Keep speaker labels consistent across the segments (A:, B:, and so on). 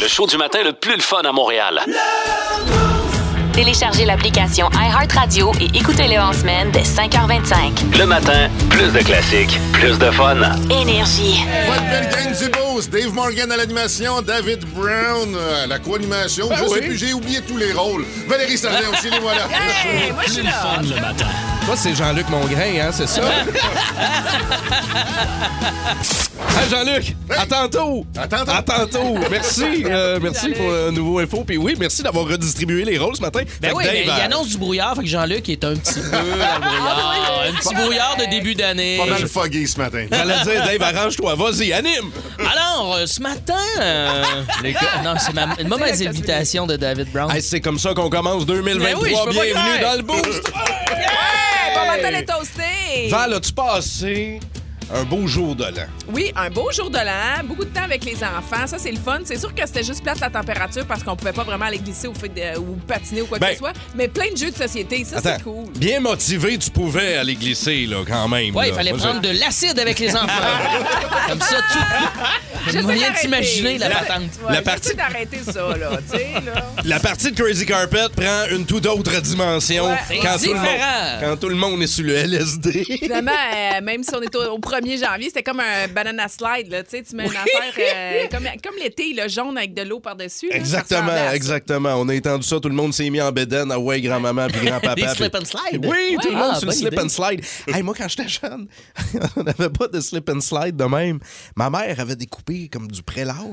A: Le show du matin le plus le fun à Montréal.
B: Téléchargez l'application iHeartRadio et écoutez-le en semaine dès 5h25.
A: Le matin, plus de classiques, plus de fun.
B: Énergie.
C: Votre belle gang du boss, Dave Morgan à l'animation, David Brown
D: euh,
C: à la co-animation. je sais plus, j'ai oublié tous les rôles. Valérie Sardin aussi, les voilà.
E: Toi, c'est Jean-Luc Mongrain, hein, c'est ça? ah, Jean-Luc, à tantôt!
C: À tantôt.
E: À tantôt! Merci, euh, merci pour le nouveau info. Puis oui, merci d'avoir redistribué les rôles ce matin. Fait
F: Ben
E: que
F: oui, mais
E: Dave,
F: il
E: euh,
F: annonce du brouillard, fait que Jean-Luc est un petit peu dans le
E: Ah,
F: brouillard. un petit brouillard de début d'année.
C: Pas mal foggy ce matin.
E: J'allais dire, Dave, arrange-toi, vas-y, anime!
F: Alors, euh, ce matin, euh, non, c'est ma une mauvaise invitation de David Brown.
E: Hey, c'est comme ça qu'on commence 2023.
F: Ben oui, je peux pas
E: Bienvenue
F: croire.
E: dans le boost!
G: Hey, Bon matin les toastés!
E: Val, as-tu passé un beau jour de l'an?
G: Oui, un beau jour de l'an, beaucoup de temps avec les enfants, ça c'est le fun. C'est sûr que c'était juste plate la température parce qu'on pouvait pas vraiment aller glisser ou, fait de- euh, ou patiner ou quoi que
E: Ben.
G: ce soit, mais plein de jeux de société, ça c'est cool.
E: bien motivé, tu pouvais aller glisser, là, quand même.
F: Ouais,
E: là.
F: il fallait
E: Moi,
F: prendre de l'acide avec les enfants. Comme ça, tout. Je
G: J'essaie
F: viens de
G: d'arrêter.
F: t'imaginer la
G: J'essaie-
F: patente.
G: Ouais,
E: La partie-
G: j'essaie d'arrêter ça là, tu sais là.
E: La partie de Crazy Carpet prend une toute autre dimension
G: Ouais.
E: quand,
F: C'est
E: tout le monde,
F: différent.
E: quand tout le monde est sur le LSD.
G: Finalement, euh, même si on est au, au 1er janvier, c'était comme un banana slide là, tu sais, tu mets une affaire euh, comme, comme l'été le jaune avec de l'eau par-dessus. là, ça ressemble à
E: Exactement,
G: ça.
E: exactement. On a étendu ça, tout le monde s'est mis en bédaine. Ah ouais, grand-maman puis grand-papa.
F: Des
E: puis-
F: slip and slide.
E: Oui, tout le monde
F: Ah,
E: sur le
F: bonne
E: slip
F: idée.
E: and slide. Hey, moi, quand j'étais jeune, on n'avait pas de slip and slide de même. Ma mère avait découpé comme du prélard.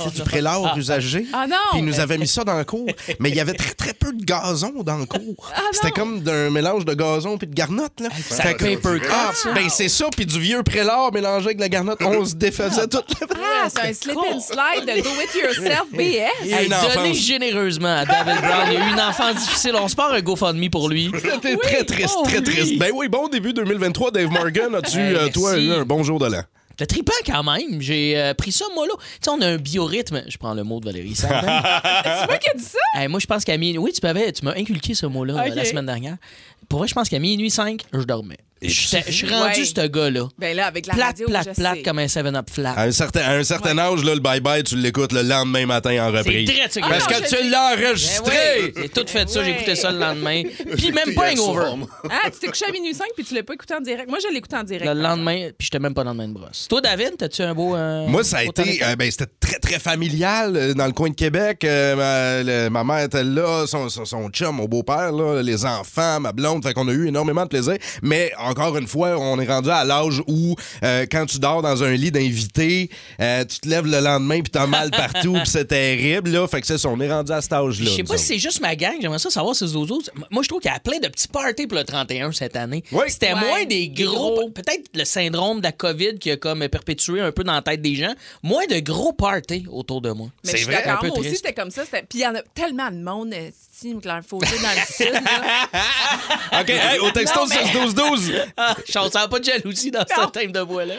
E: C'est du prélard usagé.
G: Ah non!
E: Puis ils nous avait mis ça dans le cours. Mais il y avait très, très peu de gazon dans le cours.
G: Ah
E: C'était comme d'un mélange de gazon puis de garnotte. Là.
F: ça
E: Fait que-
F: paper cut,
E: Ah,
F: ça.
E: ben c'est ça, puis du vieux prélard mélangé avec de la garnotte. On se défaisait tout le
G: Ah, c'est un slip and slide de do it yourself BS.
E: Il y a
F: Hey,
E: une
F: donnez
E: enfance.
F: généreusement à David Brown. Il y a eu une enfance difficile. On se part un GoFundMe pour lui.
E: C'était très triste,
F: Oh,
E: très
F: oui.
E: triste. Ben oui, bon début 2023, Dave Morgan. As-tu,
F: Hey,
E: euh, toi,
F: merci.
E: eu un bon jour de l'an?
F: C'était trippant quand même. J'ai euh, pris ça, moi, là. Tu sais, on a un biorhythme. Je prends le mot de Valérie Sardin.
G: C'est moi qui ai dit ça?
F: Hey, moi, je pense qu'à minuit. Oui, tu m'avais, tu m'as inculqué ce mot-là euh, la semaine dernière. Pour vrai, je pense qu'à minuit 5, je dormais. J'étais- Je suis rendu
G: Ouais.
F: ce gars-là.
G: Ben là, avec la
F: Plate,
G: radio,
F: plate,
G: je
F: plate
G: sais.
F: comme un 7-up flat.
E: À un certain, à un certain âge, là, le bye-bye, tu l'écoutes le lendemain matin en reprise.
F: très, ça,
E: Parce
F: Ah,
E: que
G: je
E: tu
G: l'ai-
E: l'as
F: Ben
E: enregistré!
F: ouais, J'ai tout fait ça, j'ai
G: Ouais.
F: écouté ça le lendemain. Puis
C: J'ai
F: même
C: écouté
F: pas
C: hier
F: hangover.
C: soir, moi.
G: Ah, tu t'es couché à minuit 5 puis tu l'as pas écouté en direct. Moi, je l'écoute en direct.
F: Le lendemain, puis j'étais même pas dans le même brosse. Toi, David, t'as-tu un beau. euh,
E: Moi, ça a
F: beau temps
E: été.
F: d'école?
E: euh, ben, c'était très, très familial euh, dans le coin de Québec. Euh, ma, le- ma mère était là, son, son, son chum, mon beau-père, là, les enfants, ma blonde. Fait qu'on a eu énormément de plaisir. Mais encore une fois, on est rendu à l'âge où, euh, quand tu dors dans un lit d'invité, euh, tu te lèves le lendemain puis t'as mal partout puis c'est terrible. Là. Fait que c'est ça, on est rendu à cet âge-là.
F: Je sais pas
E: nous autres.
F: si c'est juste ma gang, j'aimerais ça savoir si Zozo. Moi, je trouve qu'il y a plein de petits parties pour le 31 cette année.
E: Oui.
F: C'était
G: Ouais,
F: moins des
G: des
F: gros.
G: gros.
F: Peut-être le syndrome de la COVID qui a comme perpétué un peu dans la tête des gens. Moins de gros parties autour de moi.
G: Mais je suis
E: vrai,
F: un
G: d'accord,
F: peu
G: moi aussi,
F: triste.
G: c'était comme ça. c'était- Puis il y en a tellement de monde, euh, si, Claire Fautier, dans le sud. là.
E: OK, hey, au texto
G: Non, mais-
E: 6-12-12.
F: Ah, je sens ça a pas de jalousie dans ce thème de voix-là.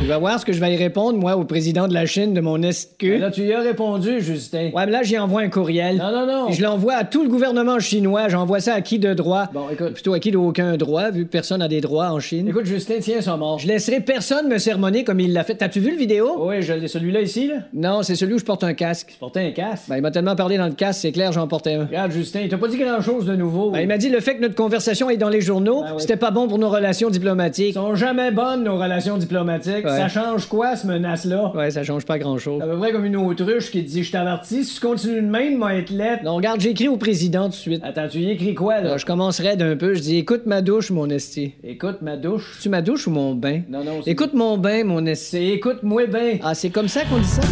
H: Tu vas voir ce que je vais aller répondre, moi, au président de la Chine de mon SQ. Ben là, tu y as répondu, Justin. Ouais, mais là, j'y envoie un courriel. Non, non, non. Je l'envoie à tout le gouvernement chinois. J'envoie ça à qui de droit? Bon, écoute. Plutôt à qui n'a aucun droit, vu que personne n'a des droits en Chine. Écoute, Justin, tiens son mort. Je laisserai personne me sermonner comme il l'a fait. T'as-tu vu le vidéo? Oui, je l'ai. Celui-là ici, là? Non, c'est celui où je porte un casque. Tu portais un casque? Ben, il m'a tellement parlé dans le casque, c'est clair, j'en portais un. Regarde, Justin, il t'a pas dit grand-chose de nouveau. Ah, il m'a dit le fait que notre conversation est dans les journaux, c'était pas bon pour nos relations diplomatiques. Ah sont jamais bonnes, nos relations diplomatiques. Ça change quoi, ce menace-là? Ouais, ça change pas grand-chose. À peu près comme une autruche qui dit Je t'avertis, si tu continues de même, moi être lettre. Non, regarde, j'écris au président tout de suite. Attends, tu y écris quoi, là? Je commencerai d'un peu. Je dis Écoute ma douche, mon esti. Écoute ma douche. Tu ma douche ou mon bain? Non, non. Écoute mon bain, mon esti. Écoute-moi bain. Ah, c'est comme ça qu'on dit ça?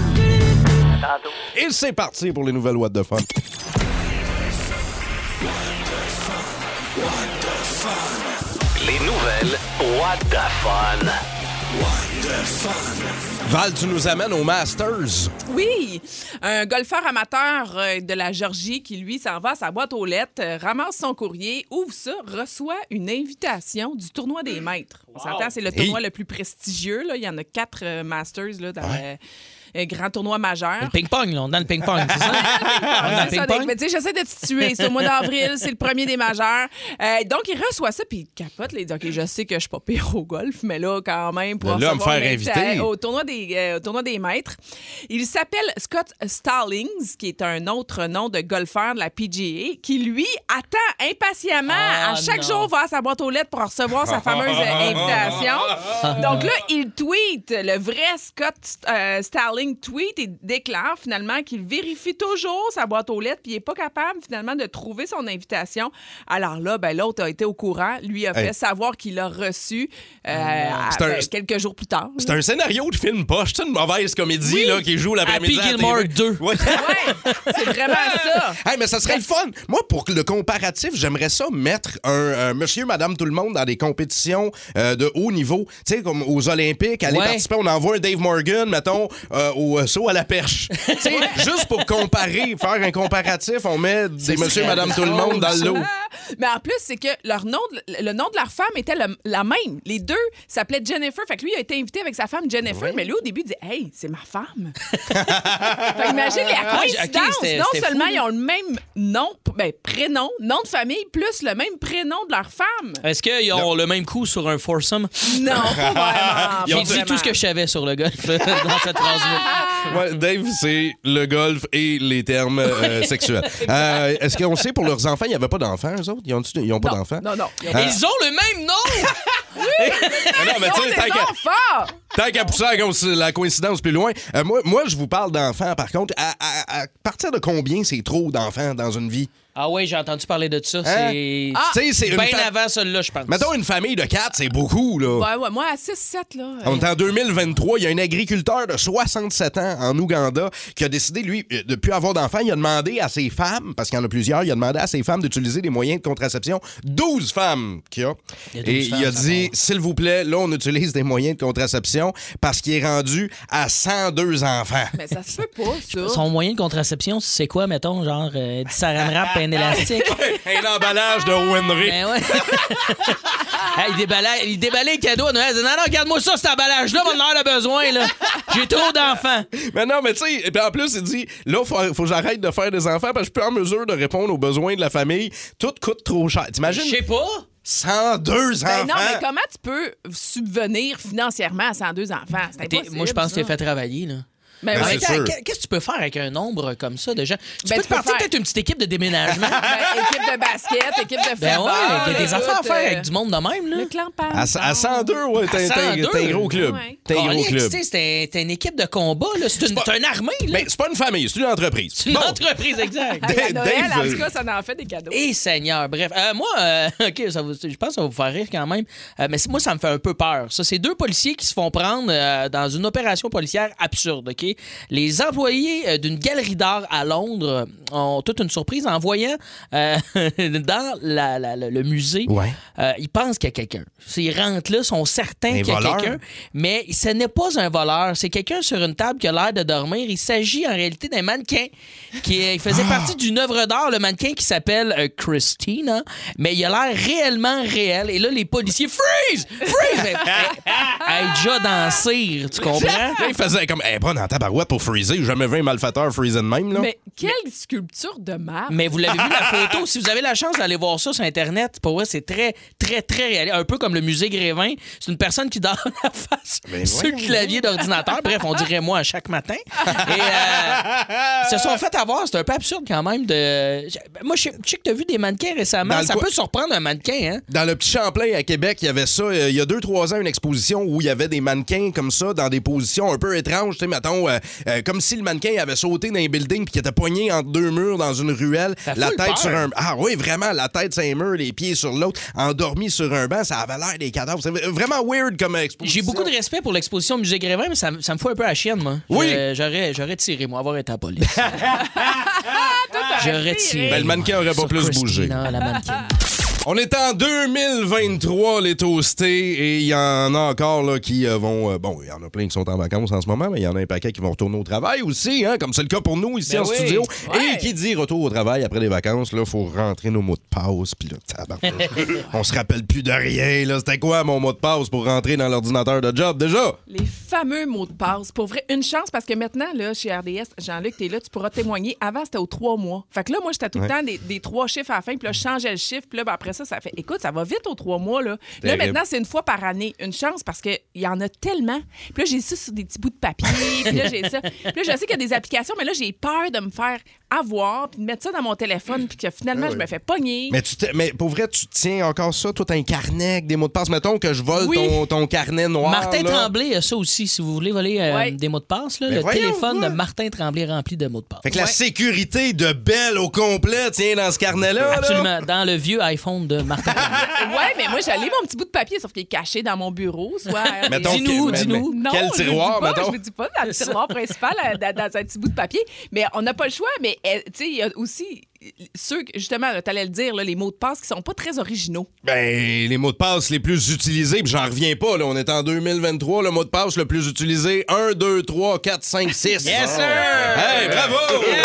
E: Et c'est parti pour les nouvelles What de Fun.
A: Les nouvelles, what the fun.
E: Val, tu nous amènes au Masters.
G: Oui, un golfeur amateur euh, de la Georgie qui, lui, s'en va à sa boîte aux lettres, euh, ramasse son courrier, ouvre ça, reçoit une invitation du tournoi des maîtres. On s'entend, c'est le tournoi
E: Hey.
G: le plus prestigieux. Là. Il y en a quatre euh, Masters là, dans, euh, euh, grand tournoi majeur.
F: Le ping-pong, là, on est dans le ping-pong, c'est ça?
E: Ah,
F: On est dans le
G: C'est ça,
F: ping-pong?
G: mais tu sais, j'essaie de situer. C'est au mois d'avril, c'est le premier des majeurs. Euh, donc, il reçoit ça, puis il capote. Là, il dit OK, je sais que je suis pas pire au golf, mais là, quand même, pour
E: De là à me
G: recevoir
E: faire
G: une invita-
E: inviter.
G: Au tournoi, des, euh, au tournoi des maîtres. Il s'appelle Scott Stallings, qui est un autre nom de golfeur de la PGA, qui, lui, attend impatiemment.
F: Ah,
G: à chaque
F: non.
G: jour, va à sa boîte aux lettres pour recevoir sa fameuse euh, invitation. Donc là, il tweet. Le vrai Scott euh, Starling tweet et déclare finalement qu'il vérifie toujours sa boîte aux lettres puis il n'est pas capable finalement de trouver son invitation. Alors là, ben, l'autre a été au courant. Lui a fait
E: Hey.
G: savoir qu'il l'a reçu euh,
E: C'est un-
G: ben, quelques jours plus tard.
E: C'est un scénario de film poche, c'est une mauvaise comédie là qui joue l'après-midi.
F: Happy
E: à la
F: Gilmore
E: TV.
F: 2.
E: Ouais.
G: Ouais, c'est vraiment ça.
E: Hey, mais ça serait le fun. Moi, pour le comparatif, j'aimerais ça mettre un, un monsieur, madame, tout le monde dans des compétitions euh, de haut niveau. Tu sais, comme aux Olympiques, aller
F: Ouais.
E: participer, on envoie un Dave Morgan, mettons, euh, au euh, saut à la perche. Tu sais, juste pour comparer, faire un comparatif, on met des monsieur,
F: serait
E: madame, tout le monde dans le lot.
G: Mais en plus, c'est que leur nom, de- le nom de leur femme était le- la même. Les deux s'appelaient Jennifer. Fait que lui, il a été invité avec sa femme Jennifer. Mais lui, au début, il dit Hey, c'est ma femme. fait que imagine la
F: Ah, ok, c'était-
G: coïncidence.
F: c'était
G: non
F: fou,
G: seulement
F: là.
G: ils ont le même nom, ben, prénom, nom de famille, plus le même prénom de leur femme.
F: Est-ce qu'ils ont le même coup sur un foursome?
G: Non, pas vraiment.
F: J'ai
G: pas
F: dit
G: vraiment.
F: tout ce que je savais sur le golf euh, dans cette phrase-là.
G: Ah.
E: Ouais, Dave, c'est le golf et les termes euh, sexuels. Euh, Est-ce qu'on sait pour leurs enfants, il n'y avait pas d'enfants, eux autres? Ils ont, ils ont pas d'enfants? Hein?
G: Non, non. Ils ont-
F: Ils ont le même nom!
E: Ah non, mais tu
G: ils
E: sais,
G: ont
E: tant
G: des
E: qu'à-
G: enfants!
E: Tant qu'à pousser la coïnc- la coïncidence plus loin, euh, moi, moi, je vous parle d'enfants, par contre. À, à- à partir de combien c'est trop d'enfants dans une vie?
F: Ah ouais, j'ai entendu parler de ça. C'est
E: Ah, tu sais, c'est une
F: bien
E: ta-
F: avant celle-là, je pense.
E: Mettons une famille de quatre, c'est beaucoup, là.
G: Ouais, ouais, moi, à 6-7, là. euh,
E: On est en 2023, il y a un agriculteur de 67 ans en Ouganda qui a décidé, lui, euh, de plus avoir d'enfants. Il a demandé à ses femmes, parce qu'il y en a plusieurs, il a demandé à ses femmes d'utiliser des moyens de contraception. 12 femmes qu'il y a.
F: Il y a 12
E: Et il a
F: femmes, ça
E: dit, s'il vous plaît, là, on utilise des moyens de contraception parce qu'il est rendu à 102 enfants.
G: Mais ça se peut pas, ça.
F: Son moyen de contraception, c'est quoi, mettons, genre euh, du saran wrap, un élastique?
E: un emballage de Wenry.
F: Ben ouais. Hey, il, déballait, il déballait le cadeau à Noël. Il disait, non, non, regarde-moi ça, cet emballage-là, on en a besoin, là. J'ai trop d'enfants.
E: Mais non, mais tu sais, et puis en plus, il dit là, faut, faut que j'arrête de faire des enfants parce que je suis plus en mesure de répondre aux besoins de la famille. Tout coûte trop cher.
F: Je
E: T'imagines
F: sais pas.
E: 102 enfants.
G: Ben non, mais comment tu peux subvenir financièrement à 102 enfants? C'est
F: T'es-
G: impossible,
F: moi, je pense que t'es
G: ça.
F: fait travailler, là.
G: Ben
E: Ben,
G: oui.
E: c'est sûr.
F: Qu'est- Qu'est-ce que tu peux faire avec un nombre comme ça de gens? Tu
G: Ben,
F: peux
G: tu
F: te
G: peux
F: partir
G: faire-
F: peut-être une petite équipe de déménagement.
G: Ben, équipe de basket, équipe de
F: ben
G: football.
F: ouais, il y a des
G: écoute,
F: affaires à faire
G: euh,
F: avec du monde de même, là.
G: Le clan parle.
E: À, à 102, ouais, t'es
F: À
E: t'es-
F: 102.
E: t'es un gros club.
G: Ouais.
E: T'es un gros
F: Calique,
E: club.
F: tu sais, C'est un- c'est une équipe de combat, là. C'est une,
E: pas-
F: c'est une armée, là.
E: Mais c'est pas une famille, c'est une entreprise.
F: C'est une
E: Ben, Bon.
F: entreprise, exact.
G: Hey, à
E: D-
G: Noël,
E: Dave,
G: en tout cas, ça en fait des cadeaux.
F: Et Seigneur, bref. Euh, moi, euh, OK, ça vous- je pense que ça va vous faire rire quand même. Euh, mais c'est- moi, ça me fait un peu peur. Ça, c'est deux policiers qui se font prendre euh, dans une opération policière absurde, OK? Les employés euh, d'une galerie d'art à Londres euh, ont toute une surprise en voyant euh, dans la- la- la- le musée.
E: Ouais.
F: euh, ils pensent qu'il y a quelqu'un. Ils rentrent là, sont certains
E: Un
F: qu'il y a
E: voleur.
F: quelqu'un. Mais ce n'est pas un voleur. C'est quelqu'un sur une table qui a l'air de dormir. Il s'agit en réalité d'un mannequin qui euh, il faisait partie d'une œuvre d'art, le mannequin qui s'appelle euh, Christina. Mais il a l'air réellement réel. Et là, les policiers, freeze! Freeze! Mais- Elle est déjà dans le cire, tu comprends?
E: Là, il faisait comme, eh, pas dans ta barouette pour freezer. J'ai jamais vu un malfaiteur freezer de même, là.
G: Mais quelle sculpture de marbre.
F: Mais vous l'avez vu la photo. Si vous avez la chance d'aller voir ça sur Internet, pour moi, c'est très, très, très réel. Un peu comme le musée Grévin. C'est une personne qui dort la face
E: Ben
F: sur le clavier d'ordinateur. Bref, on dirait moi à chaque matin. Et euh, ils se sont fait avoir. C'est un peu absurde quand même. de. Moi, je je sais que tu as vu des mannequins
E: Dans
F: récemment.
E: le
F: Ça
E: coin-
F: peut surprendre un mannequin, hein?
E: Dans le petit Champlain à Québec, il y avait ça. euh, il y a deux, trois ans, une exposition où il y avait des mannequins comme ça, dans des positions un peu étranges. Tu sais, mettons, euh, euh, comme si le mannequin avait sauté d'un building puis qu'il était poigné entre deux murs dans une ruelle.
F: Ça
E: la
F: fout
E: tête
F: le peur.
E: sur un. Ah oui, vraiment, la tête sur un mur, les pieds sur l'autre, endormi sur un banc. Ça avait l'air des cadavres. C'est vraiment weird comme exposition.
F: J'ai beaucoup de respect pour l'exposition au musée Grévin, mais ça, me- ça me fout un peu à la chienne, moi.
E: Oui.
F: J'aurais- J'aurais j'aurais tiré, moi, avoir été à la police. J'aurais tiré.
E: Ben, le mannequin aurait pas
F: sur hein.
E: plus bougé.
F: Christina, la mannequin.
E: On est en 2023, les toastés, et il y en a encore là, qui euh, vont. euh, bon, il y en a plein qui sont en vacances en ce moment, mais il y en a un paquet qui vont retourner au travail aussi, hein, comme c'est le cas pour nous ici
F: Ben
E: en
F: oui.
E: studio.
F: Ouais.
E: Et qui dit retour au travail après les vacances, là, faut rentrer nos mots de passe, puis là, tabarnak, on se rappelle plus de rien, là. C'était quoi mon mot de passe pour rentrer dans l'ordinateur de job déjà?
G: Les fameux mots de passe. Pour vrai, une chance parce que maintenant, là, chez RDS, Jean-Luc, t'es là, tu pourras témoigner. Avant, c'était aux trois mois. Fait que là, moi, j'étais tout le
E: Ouais.
G: temps des, des trois chiffres à la fin, puis là, je changeais le chiffre, puis là, ben, après ça, ça fait. Écoute, ça va vite aux trois mois, là. Là,
E: Terrible.
G: maintenant, c'est une fois par année. Une chance parce qu'il y en a tellement. Puis là, j'ai ça sur des petits bouts de papier, puis là, j'ai ça. Puis là, je sais qu'il y a des applications, mais là, j'ai peur de me faire avoir, puis de mettre ça dans mon téléphone, puis que finalement,
E: Ah
G: je
E: oui.
G: me fais pogner.
E: Mais, tu te- mais pour vrai, tu tiens encore ça, toi, t'as un carnet avec des mots de passe. Mettons que je vole
G: Oui.
E: ton, ton carnet noir.
F: Martin
E: là.
F: Tremblay a ça aussi, si vous voulez voler euh,
G: Ouais.
F: des mots de passe. là,
E: Ben
F: le
E: voyons,
F: téléphone
E: ouais.
F: de Martin Tremblay rempli de mots de passe.
E: Fait que la sécurité de Belle au complet, tiens, dans ce carnet-là. là.
F: Absolument, dans le vieux iPhone de Martin Tremblay.
G: Ouais, mais moi, j'allais mon petit bout de papier, sauf qu'il est caché dans mon bureau. Soit
E: Mettons
F: Dis-nous,
E: que-
F: dis-nous.
E: mais- quel
G: je le dis
E: tiroir,
G: pas,
E: mettons?
G: Je ne dis pas dans le tiroir principal, euh, dans, dans un petit bout de papier. Mais on n'a pas le choix. Mais euh, tu sais, il y a aussi euh, ceux, que, justement, tu allais le dire, là, les mots de passe qui sont pas très originaux.
E: Ben, les mots de passe les plus utilisés, puis j'en reviens pas, là. On est en 2023, le mot de passe le plus utilisé 1, 2, 3, 4, 5, 6. Yes,
F: sir!
E: Hey, bravo!
G: Mais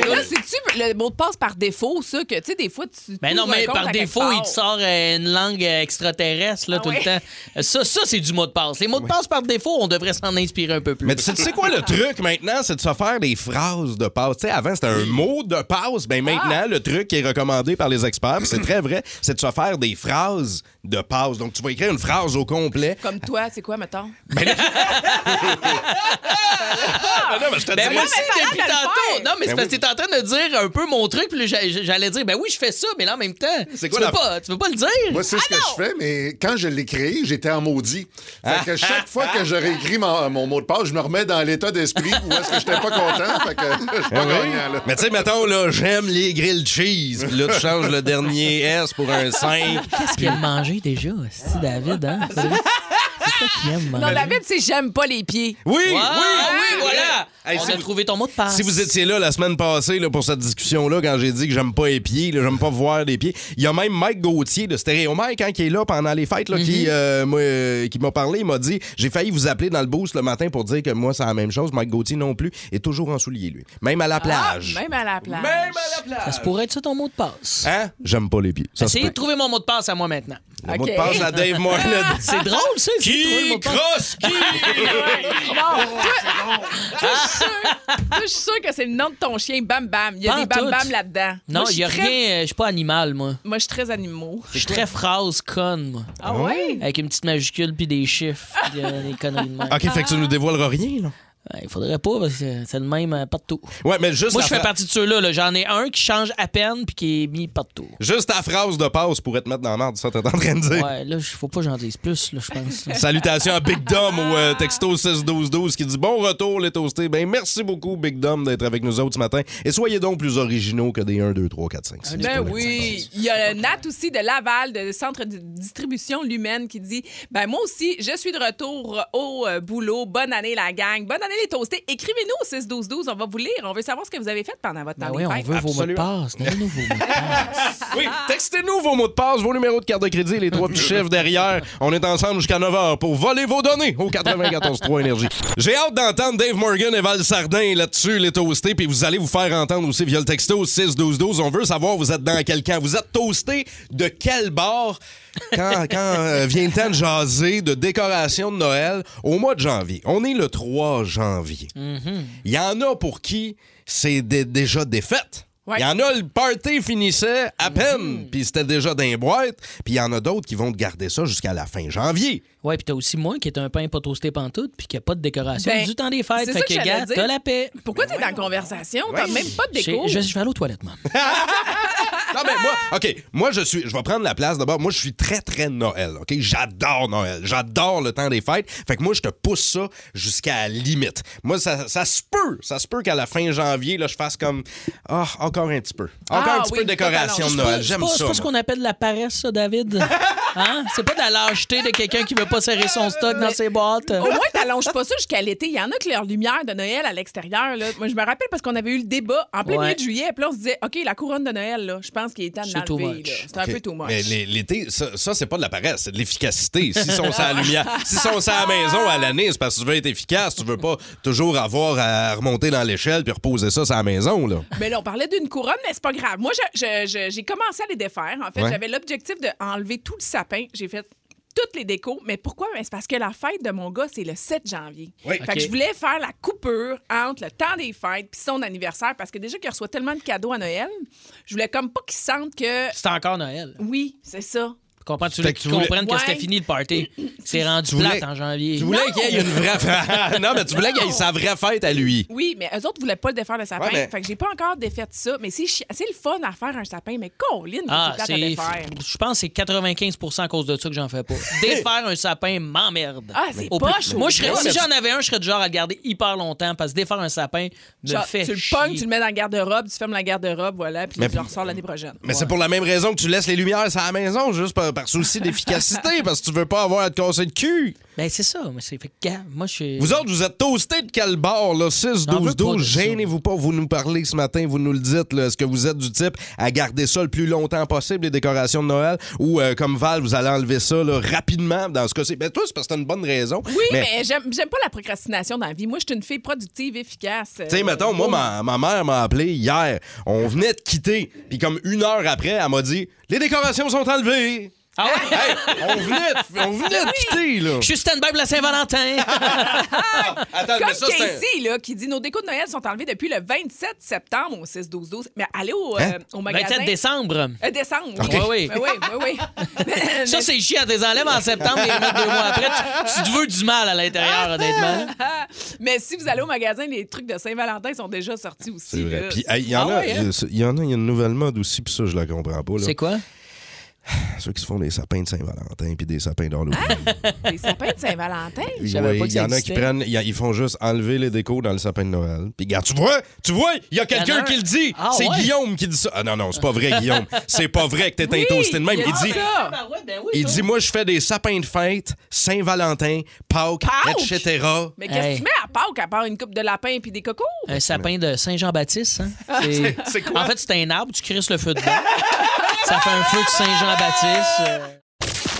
E: Bravo!
G: là, c'est-tu le mot de passe par défaut, ça, que tu sais, des fois, tu.
F: Ben non,
G: t'ouvres un
F: mais
G: compte à
F: par
G: quelque
F: défaut,
G: part.
F: il te sort euh, une langue euh, extraterrestre là,
G: Ah
F: tout
G: ouais.
F: le temps. Euh, Ça, ça c'est du mot de passe. Les mots de passe par défaut, on devrait s'en inspirer un peu plus.
E: Mais tu sais, tu sais quoi le truc maintenant, c'est de se faire des phrases de passe. Tu sais, avant c'était un mot de passe, ben maintenant le truc qui est recommandé par les experts, puis c'est très vrai, c'est de se faire des phrases de passe. Donc tu vas écrire une phrase au complet.
G: Comme toi, c'est quoi, mettons?
E: Ah non, mais je te
F: Ben
E: dis-
F: moi
G: mais
F: aussi,
G: ça a
F: depuis
G: l'air de le
F: tantôt.
G: faire.
F: Non, mais c'est
E: Ben
F: parce que
E: oui.
F: t'es en train de dire un peu mon truc, puis là, j'a- j'allais dire, ben oui, je fais ça, mais là, en même temps,
E: C'est
F: tu
E: quoi
F: peux
E: la-
F: pas, tu peux pas le dire.
D: Moi, c'est ce que je fais, mais quand je l'ai créé, j'étais en maudit. Fait que chaque fois que j'aurais écrit mon, mon mot de passe, je me remets dans l'état d'esprit où est-ce que j'étais pas content. Fait que je suis pas
E: Ah oui?
D: gagnant, là.
E: Mais tu sais, mettons, là, j'aime les grilled cheese. Puis là, tu changes le dernier S pour un 5.
F: Qu'est-ce qu'il aime manger déjà, si David, hein? C'est quoi qu'il aime manger?
G: Non, David, c'est j'aime pas les pieds.
E: Oui,
F: Oui,
E: oui!
F: oui, voilà!
E: Hey,
F: on
E: si
F: a
E: vous-
F: trouvé ton mot de passe.
E: Si vous étiez là la semaine passée là, pour cette discussion-là, quand j'ai dit que j'aime pas les pieds, là, j'aime pas voir les pieds, il y a même Mike Gauthier de Stéréo Mike hein, qui est là pendant les fêtes là,
G: Mhm.
E: qui, euh, moi, euh, qui m'a parlé, il m'a dit J'ai failli vous appeler dans le boost le matin pour dire que moi, c'est la même chose. Mike Gauthier non plus est toujours en soulier, lui. Même à la plage.
G: Ah, même à la plage.
E: Même à la plage.
F: Ça se pourrait être ça ton mot de passe.
E: Hein? J'aime pas les pieds. Ça se
F: Essayez
E: peut.
F: de trouver mon mot de passe à moi maintenant.
E: Le mot de
G: Ok.
E: passe à Dave Moreland.
F: C'est drôle, ça, essayer de trouver le mot de
E: crosse
F: passe.
G: Non, toi, toi, je suis sûre- toi, je suis sûre que c'est le nom de ton chien, Bam Bam. Il y a
F: Pas
G: des
F: en
G: Bam
F: tout.
G: Bam là-dedans.
F: Non,
G: Moi, je
F: il y a
G: suis très-
F: rien. euh, Je suis pas animal, moi.
G: Moi, je suis très animaux.
F: Je suis très phrase conne, moi.
G: Ah ouais?
F: Avec une petite majuscule puis des chiffres, puis euh, des conneries de même.
E: OK, fait que tu nous dévoileras rien, là.
F: Ouais, Il faudrait pas parce que c'est le même euh, partout.
E: Ouais, mais juste,
F: Moi,
E: la
F: je fais
E: phra-
F: partie de ceux-là. là. J'en ai un qui change à peine puis qui est mis partout.
E: juste ta phrase de passe pour te mettre dans la merde, ça, t'es en train de dire.
F: Ouais, là, je- faut pas que j'en dise plus, là, je pense. là.
E: Salutations à Big Dom au euh, texto 61212 qui dit bon retour les toastés. Ben merci beaucoup Big Dom d'être avec nous autres ce matin et soyez donc plus originaux que des 1 2 3 4 5 6.
G: Ben oui. Il y a Nat aussi de Laval, de centre de distribution Lumen, qui dit Ben moi aussi, je suis de retour au euh, boulot. Bonne année, la gang. Bonne année, les toastés. Écrivez-nous au 6-12-12. On va vous lire. On veut savoir ce que vous avez fait pendant votre
F: Ben
G: temps
F: oui,
G: des
F: on
G: fêtes.
F: veut vos mots de
E: Absolument.
F: passe. Donnez-nous vos mots de passe.
E: Oui, textez-nous vos mots de passe, vos numéros de carte de crédit, les trois petits chiffres derrière. On est ensemble jusqu'à 9h pour voler vos données au 94.3 Énergie. J'ai hâte d'entendre Dave Morgan et Val Sardin là-dessus, les toastés, puis vous allez vous faire entendre aussi via le texto 6-12-12. On veut savoir vous êtes dans quel camp. Vous êtes toasté de quel bord quand, quand euh, vient le temps de jaser de décoration de Noël au mois de janvier? On est le 3 janvier. Il y en a pour qui c'est dé- déjà défaite. Il
G: Ouais. Mm-hmm.
E: y en a, le party finissait à peine, puis c'était déjà dans les boîtes. Puis il y en a d'autres qui vont te garder ça jusqu'à la fin janvier.
F: Ouais, puis t'as aussi moi qui est un pain pas toasté pantoute puis qui a pas de décoration
G: Ben,
F: du temps des fêtes.
G: c'est
F: Fait
G: ça
F: que,
G: que j'allais
F: gars,
G: dire.
F: t'as la paix.
G: Pourquoi t'es dans la conversation? T'as même pas de
F: Je,
G: déco.
F: je- je vais aller aux toilettes, man.
E: Non, mais moi, OK, moi, je suis, je vais prendre la place d'abord. Moi, je suis très, très Noël, OK? J'adore Noël. J'adore le temps des fêtes. Fait que moi, je te pousse ça jusqu'à la limite. Moi, ça, ça se peut, ça se peut qu'à la fin janvier, là, je fasse comme, ah, encore un petit peu. Encore
G: Ah
E: un petit
G: oui,
E: peu de décoration de
G: totalement.
E: Noël.
F: C'est
E: J'aime
F: pas-
E: ça.
F: C'est pas ce
E: moi.
F: qu'on appelle la paresse, ça, David. Hein? C'est pas de la lâcheté de quelqu'un qui veut pas serrer son stock dans ses boîtes.
G: Au moins, t'allonges pas ça jusqu'à l'été. Il y en a que leur lumière de Noël à l'extérieur, là. Moi, je me rappelle parce qu'on avait eu le débat en plein
F: Ouais.
G: milieu de juillet. Puis là, on se disait, OK, la couronne de Noël, là, je pense qu'il est temps de
F: C'est too
G: l'enlever.
F: much.
G: là. C'est un
E: OK.
G: peu too much.
E: Mais les- l'été, ça, ça, c'est pas de la paresse, c'est de l'efficacité. Si sont sans lumière, si sont sans la maison à l'année, c'est parce que tu veux être efficace, tu veux pas toujours avoir à remonter dans l'échelle puis reposer ça sans la maison là.
G: Mais là, on parlait d'une couronne, mais c'est pas grave. Moi, je- je- je- j'ai commencé à les défaire. En fait,
E: Ouais.
G: j'avais l'objectif d'enlever tout le sapin. J'ai fait toutes les décos. Mais pourquoi? Ben, c'est parce que la fête de mon gars, c'est le 7 janvier.
E: Oui.
G: Fait
F: OK.
G: que je voulais faire la coupure entre le temps des fêtes puis son anniversaire parce que déjà qu'il reçoit tellement de cadeaux à Noël, je voulais comme pas qu'il sente que...
F: C'est encore Noël.
G: Oui, c'est ça.
F: Comprends, tu
E: Fait
F: voulais
E: que
F: qu'ils
E: tu voulais-
F: comprennent que c'était
G: Ouais.
F: fini le party. C'est rendu
E: voulais-
F: plate en janvier.
E: Tu voulais qu'il y ait une vraie fête. non, mais tu voulais qu'il y ait sa vraie fête à lui.
G: Oui, mais eux autres voulaient pas le défaire le sapin.
E: Ouais, mais-
G: Fait que j'ai pas encore défait ça. Mais c'est chi- c'est le fun à faire un sapin, mais Colin,
F: Ah,
G: c'est plate à
F: c'est.
G: défaire.
F: Je pense que c'est 95 à cause de ça que j'en fais pas. Défaire un sapin m'emmerde.
G: Ah, c'est
F: Au plus-
G: poche,
F: Moi, je
G: pour
F: serais,
G: vrai.
F: si j'en avais un, je serais du genre à le garder hyper longtemps parce que défaire un sapin me
G: Genre,
F: fait.
G: tu le
F: chier.
G: pognes, tu le mets dans la garde-robe, tu fermes la garde-robe, voilà, puis
E: Mais-
G: tu le ressors l'année prochaine.
E: Mais c'est pour la même raison que tu laisses les lumières à la maison, juste par, par souci d'efficacité, parce que tu veux pas avoir à te casser le cul.
F: Ben, c'est ça. Mais c'est fait que, gars, moi, je suis.
E: Vous autres, vous êtes toastés de quel bord, là? 6,
F: J'en
E: 12,
F: veux pas
E: 12.
F: de ça.
E: Gênez-vous pas, vous nous parlez ce matin, vous nous le dites. là. Est-ce que vous êtes du type à garder ça le plus longtemps possible, les décorations de Noël? Ou euh, comme Val, vous allez enlever ça là, rapidement? Dans ce cas-ci, ben, toi, c'est parce que t'as une bonne raison.
G: Oui, mais, j'aime j'aime pas la procrastination dans la vie. Moi, je suis une fille productive, efficace. euh,
E: Tu sais, mettons, moi, ma, ma mère m'a appelé hier. On venait de quitter. Puis comme une heure après, elle m'a dit « Les décorations sont enlevées!
F: Ah ouais? »
E: Hey, on venait, de- on venait de quitter, là.
F: Je suis stand-by pour la Saint-Valentin.
E: Attends,
G: Comme
E: mais ça, c'est un-
G: Casey, là, qui dit nos décos de Noël sont enlevés depuis le 27 septembre au 6-12-12. Mais allez au, euh,
E: Hein?
G: au magasin.
F: 27 décembre.
G: Euh, décembre.
F: Ok. Oui, oui.
G: oui, oui, oui.
F: Ça, c'est chiant. T'es enlèves en septembre et les mets deux mois après. Tu, tu te veux du mal à l'intérieur, honnêtement.
G: Ah, mais si vous allez au magasin, les trucs de Saint-Valentin sont déjà sortis aussi.
E: C'est vrai.
G: là.
E: Puis, hey, il y en
G: Ah
E: a,
G: ouais, hein?
E: euh, c'est- il y en a, il y a une nouvelle mode aussi, puis ça, je la comprends pas. Là.
F: C'est quoi?
E: Ceux qui se font des sapins de Saint-Valentin puis des sapins d'Halloween.
G: Les sapins de Saint-Valentin.
E: Oui,
F: savais pas que
E: il y
F: ça
E: en a qui
F: existait.
E: prennent, il y a- ils font juste enlever les décos dans le sapin de Noël. Puis regarde, tu vois, tu vois, il y a
F: Il y en a
E: quelqu'un
F: un.
E: qui le dit.
F: Ah,
E: c'est
F: ouais?
E: Guillaume qui dit ça. Ah non non, c'est pas vrai Guillaume. C'est pas vrai que t'es
G: Oui,
E: un toasté de même.
G: il a
E: Il
G: dit
E: dit,
G: ça.
E: il dit, moi je fais des sapins de fête, Saint-Valentin, Pâques,
G: Pâques?
E: etc.
G: Mais qu'est-ce que
F: Hey.
G: tu mets à Pâques à part une coupe de lapin et des cocos?
F: Un sapin de Saint-Jean-Baptiste, hein?
G: Ah,
F: C'est-
E: c'est quoi?
F: En fait, c'est un arbre, tu crisses le feu dedans. Ça fait un feu de Saint-Jean-Baptiste. euh.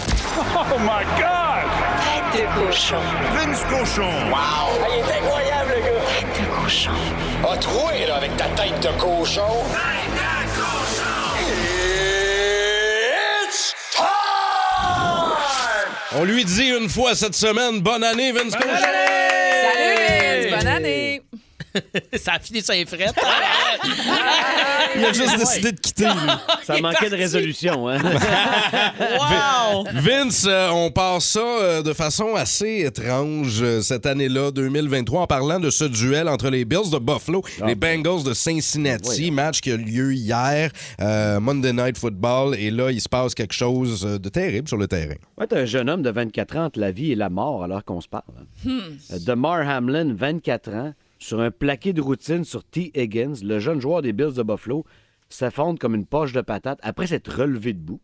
I: Tête de cochon.
J: Il est incroyable, le gars!
I: Tête de cochon.
J: A troué, là, avec ta tête de cochon. Tête de cochon! It's time!
E: On lui dit une fois cette semaine, bonne année Vince Cochon.
G: Salut, Vince, bonne année!
F: Ça a fini saint fret
E: Il a juste décidé de quitter. lui.
K: Ça manquait de résolution, hein?
F: Wow!
E: Vince, euh, on part ça euh, de façon assez étrange euh, cette année-là, 2023, en parlant de ce duel entre les Bills de Buffalo
K: Ah,
E: et les
K: ben.
E: Bengals de Cincinnati, match qui a lieu hier, euh, Monday Night Football, et là, il se passe quelque chose euh, de terrible sur le terrain.
K: Ouais, t'es un jeune homme de 24 ans entre la vie et la mort alors qu'on se parle. Euh, Demar Hamlin, 24 ans, sur un plaqué de routine sur T. Higgins, le jeune joueur des Bills de Buffalo, s'effondre comme une poche de patate après s'être relevé debout.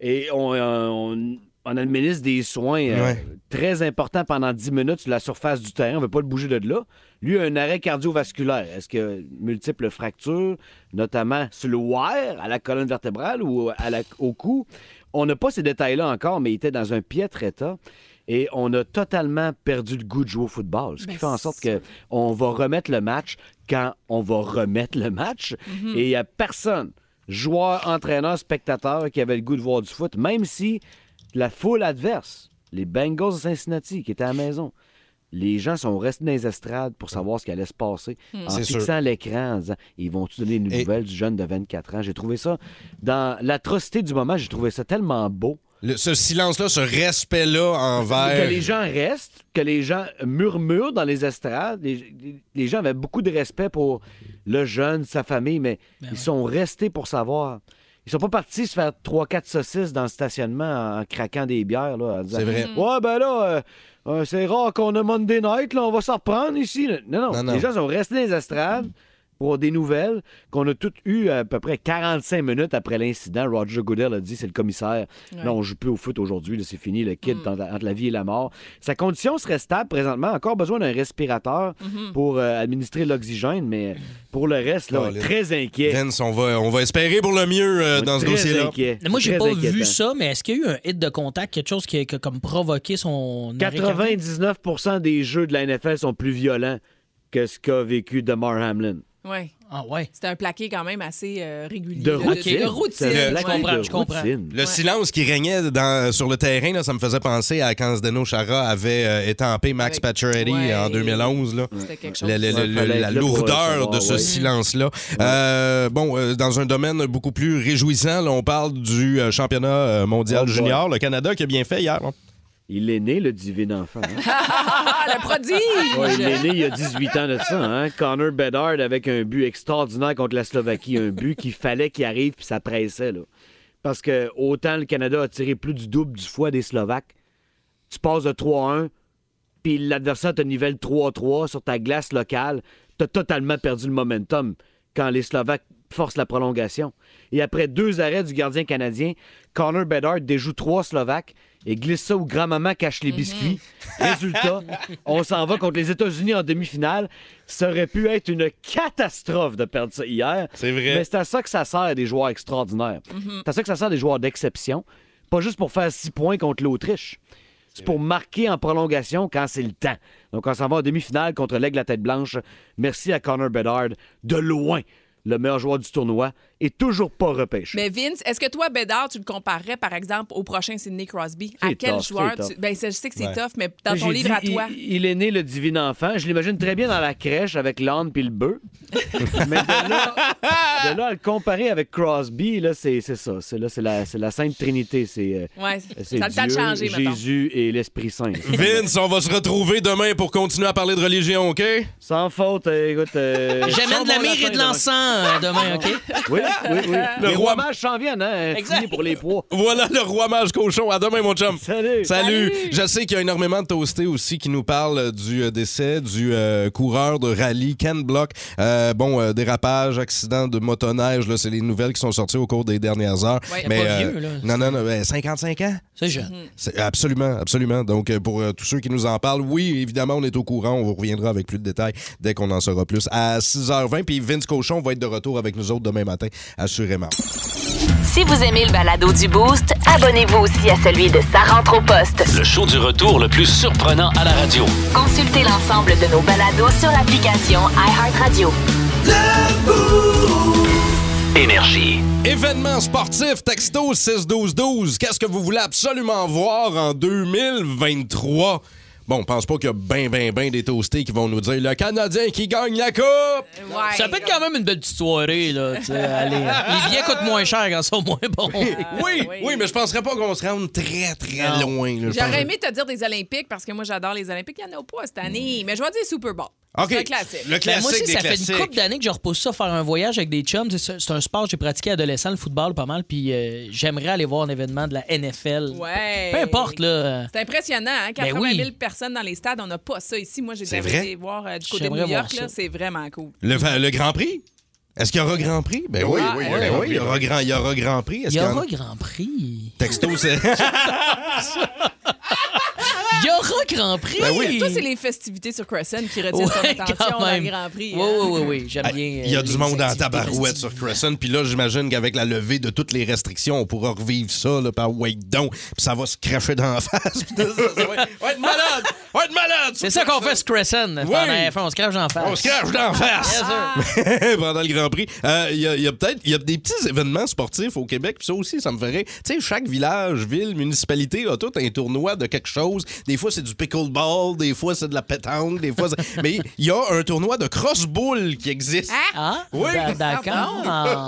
K: Et on, euh, on- on administre des soins euh,
E: Ouais.
K: très importants pendant 10 minutes sur la surface du terrain. On ne veut pas le bouger de là. Lui a un arrêt cardiovasculaire. Est-ce que multiples fractures, notamment sur le wire, à la colonne vertébrale ou euh, à la- au cou? On n'a pas ces détails-là encore, mais il était dans un piètre état. Et on a totalement perdu le goût de jouer au football, ce qui
G: Ben,
K: fait en sorte que on va remettre le match quand on va remettre le match. Et il n'y a personne, joueur, entraîneur, spectateur, qui avait le goût de voir du foot, même si la foule adverse, les Bengals de Cincinnati, qui étaient à la maison, les gens sont restés dans les estrades pour savoir ce qui allait se passer, en
E: C'est sûr.
K: fixant l'écran, en disant Ils vont-tu donner une
E: Et-
K: nouvelle du jeune de 24 ans J'ai trouvé ça, dans l'atrocité du moment, j'ai trouvé ça tellement beau.
E: Le- ce silence-là, ce respect-là envers...
K: Que les gens restent, que les gens murmurent dans les estrades. Les, les gens avaient beaucoup de respect pour le jeune, sa famille, mais ils sont restés pour savoir. Ils sont pas partis se faire 3-4 saucisses dans le stationnement en craquant des bières. là, en disant,
E: C'est vrai. Mm.
K: Ouais, ben là, euh, euh, c'est rare qu'on a Monday night, là, on va s'en reprendre ici. Non, non,
E: Non, non.
K: les gens sont restés dans les estrades. pour avoir des nouvelles qu'on a toutes eues à peu près 45 minutes après l'incident. Roger Goodell a dit c'est le commissaire.
L: Ouais.
K: Non, on joue plus au foot aujourd'hui, là, c'est fini, le
F: Mm.
K: kid entre, entre la vie et la mort. Sa condition serait stable présentement, encore besoin d'un respirateur
F: Mm-hmm.
L: Mhm.
K: pour euh, administrer l'oxygène, mais pour le reste, là, on est très inquiet.
E: Vince, on va, on va espérer pour le mieux euh, dans ce
K: très
E: dossier-là.
K: inquiet.
F: Mais Moi, j'ai
K: Très
F: pas
K: inquiétant.
F: vu ça, mais est-ce qu'il y a eu un hit de contact, quelque chose qui a, qui a comme provoqué son. arrêt cardiaque?
K: 99 des jeux de la NFL sont plus violents que ce qu'a vécu DeMar Hamlin.
G: Ouais.
F: Ah ouais.
G: C'était un plaqué quand même assez euh, régulier.
K: De
G: là,
K: routine.
G: De, routine.
K: C'est un
G: ouais.
K: plaqué de routine.
E: Le silence qui régnait dans- sur le terrain, là, ça me faisait penser à quand Zdeno Chara avait euh, étampé Max Pacioretty
G: Ouais.
E: en 2011. là.
G: C'était quelque chose.
E: Le- le-
K: Ouais,
E: le-
K: fallait être
E: la
K: là pour
E: lourdeur
K: le savoir,
E: de ce
K: ouais.
E: silence-là. Euh, bon, euh, dans un domaine beaucoup plus réjouissant, là, on parle du euh, championnat euh, mondial
K: Oh boy.
E: junior, le Canada qui a bien fait hier. hein.
K: Il est né, le divin enfant. hein?
G: Ah, le prodige!
K: Ouais, il est né il y a 18 ans de ça. Hein? Connor Bedard avec un but extraordinaire contre la Slovaquie. Un but qu'il fallait qu'il arrive, puis ça pressait. Là. Parce que autant le Canada a tiré plus du double du foie des Slovaques, tu passes de 3-1, puis l'adversaire te nivelle 3-3 sur ta glace locale, tu as totalement perdu le momentum quand les Slovaques forcent la prolongation. Et après deux arrêts du gardien canadien, Connor Bedard déjoue trois Slovaques et glisse ça où grand-maman cache les biscuits. Résultat, on s'en va contre les États-Unis en demi-finale. Ça aurait pu être une catastrophe de perdre ça hier.
E: C'est vrai.
K: Mais c'est à ça que ça sert des joueurs extraordinaires. C'est à ça que ça sert des joueurs d'exception. Pas juste pour faire six points contre l'Autriche. C'est pour marquer en prolongation quand c'est le temps. Donc, on s'en va en demi-finale contre l'Aigle à tête blanche. Merci à Connor Bedard. De loin, le meilleur joueur du tournoi est toujours pas repêché.
G: Mais Vince, est-ce que toi, Bédard, tu le comparerais, par exemple, au prochain Sidney Crosby? À
K: C'est
G: quel
K: tough,
G: joueur?
K: c'est
G: Tu...
K: tough.
G: Ben, c'est- je sais que c'est
K: Ouais.
G: tough, mais dans ton
K: J'ai
G: livre à
K: dit,
G: toi.
K: Il, il est né le divin enfant. Je l'imagine très bien dans la crèche avec l'âne puis le bœuf. Mais de là, de là à le comparer avec Crosby, là, c'est c'est ça. C'est là, c'est la, c'est la Sainte Trinité. C'est euh,
G: Ouais,
K: c'est
G: ça a le temps de
K: Dieu,
G: changer, mettons.
K: Jésus et l'Esprit Saint.
E: Vince, on va se retrouver demain pour continuer à parler de religion, OK?
K: Sans faute, euh, écoute. euh,
F: J'amène de la
K: chambon
F: mire et
K: latin
F: de l'encens euh, demain, OK?
K: Oui, oui, oui.
E: Le
K: Le
E: roi-
K: roi mage s'en vient, hein?
F: Exact.
K: Fini pour les poids.
E: Voilà le roi mage cochon. À demain, mon chum.
K: Salut.
E: Salut. Je sais qu'il y a énormément de toastés aussi qui nous parlent du euh, décès du euh, coureur de rallye Ken Block. Euh, bon, euh, dérapage, accident de motoneige, là, c'est les nouvelles qui sont sorties au cours des dernières heures. euh,
F: Ouais. Pas vieux, là.
E: non, non, non, ben, 55 ans.
F: C'est jeune.
E: C'est- Absolument, absolument. Donc, euh, pour euh, tous ceux qui nous en parlent, oui, évidemment, on est au courant. On vous reviendra avec plus de détails dès qu'on en saura plus. À 6h20, puis Vince Cochon va être de retour avec nous autres demain matin, assurément.
B: Si vous aimez le balado du Boost, abonnez-vous aussi à celui de Sa rentre au poste.
A: Le show du retour le plus surprenant à la radio.
B: Consultez l'ensemble de nos balados sur l'application iHeartRadio.
A: Énergie.
E: Événements sportifs, texto 6-12-12. Qu'est-ce que vous voulez absolument voir en 2023? Bon, on pense pas qu'il y a ben, ben, ben des toastés qui vont nous dire le Canadien qui gagne la Coupe!
F: Eh
G: Ouais.
F: Ça peut être quand même une belle petite soirée, là. tu sais, allez. Les billets coûtent moins cher quand ils sont moins bons. eh
E: oui, oui, mais je penserais pas qu'on se rende très, très loin. là. Je
G: J'aurais
E: pense-
G: aimé te dire des Olympiques parce que moi, j'adore les Olympiques. Il n'y en a pas cette
F: Hmm.
G: année. Mais je vais dire Super Bowl.
E: OK.
G: C'est un classique.
E: Le
F: Ben,
E: classique
F: moi aussi,
E: des
F: ça fait
E: classiques.
F: une couple d'années que je repousse ça, faire un voyage avec des chums. C'est c'est un sport que j'ai pratiqué adolescent, le football pas mal, puis euh, j'aimerais aller voir un événement de la NFL.
G: Ouais.
F: Peu importe, là. euh,
G: C'est impressionnant, hein?
F: Ben
G: 80 000
F: oui.
G: personnes dans les stades, on n'a pas ça ici. Moi, j'ai
E: C'est
G: déjà
E: vrai?
G: été voir euh, du côté de
F: J'aimerais
G: New York,
F: voir
G: là.
F: ça.
G: C'est vraiment cool.
E: Le, le Grand Prix? Est-ce qu'il y aura Grand Prix? Ben oui,
G: Ah,
E: oui,
G: oui,
E: ben
G: oui.
E: oui, il y aura Grand, il y aura Grand Prix. Est-ce
F: Il y
E: qu'il en-
F: aura Grand Prix.
E: Texto, c'est.
F: Il y aura Grand Prix.
E: Ben oui.
G: Toi, c'est les festivités sur Crescent qui retirent
F: Ouais,
G: ton attention
F: quand
G: dans
F: même.
G: le Grand Prix.
F: Oui,
G: hein?
F: oui, oui, oui, j'aime bien.
E: Ah, Il y
F: euh,
E: a du
F: les
E: monde en
F: activités
E: tabarouette sur Crescent. Puis là, j'imagine qu'avec la levée de toutes les restrictions, on pourra revivre ça là, par Wake Down. Puis ça va se cracher dans la face. Puis tout ça, ça va être- va être malade! Va être malade!
F: C'est ça qu'on fait sur Crescent.
E: Oui.
F: Pendant- On se crache en face.
E: On se crache dans la face! Pendant le Grand Prix. Euh, Il y a, il y a peut-être il y a des petits événements sportifs au Québec. Puis ça aussi, ça me ferait. Tu sais, chaque village, ville, municipalité a tout un tournoi de quelque chose. Des fois, c'est du pickleball. Des fois, c'est de la pétanque. Des fois, c'est- Mais il y a un tournoi de cross-ball qui existe.
F: Ah,
E: Oui.
F: ben, d'accord.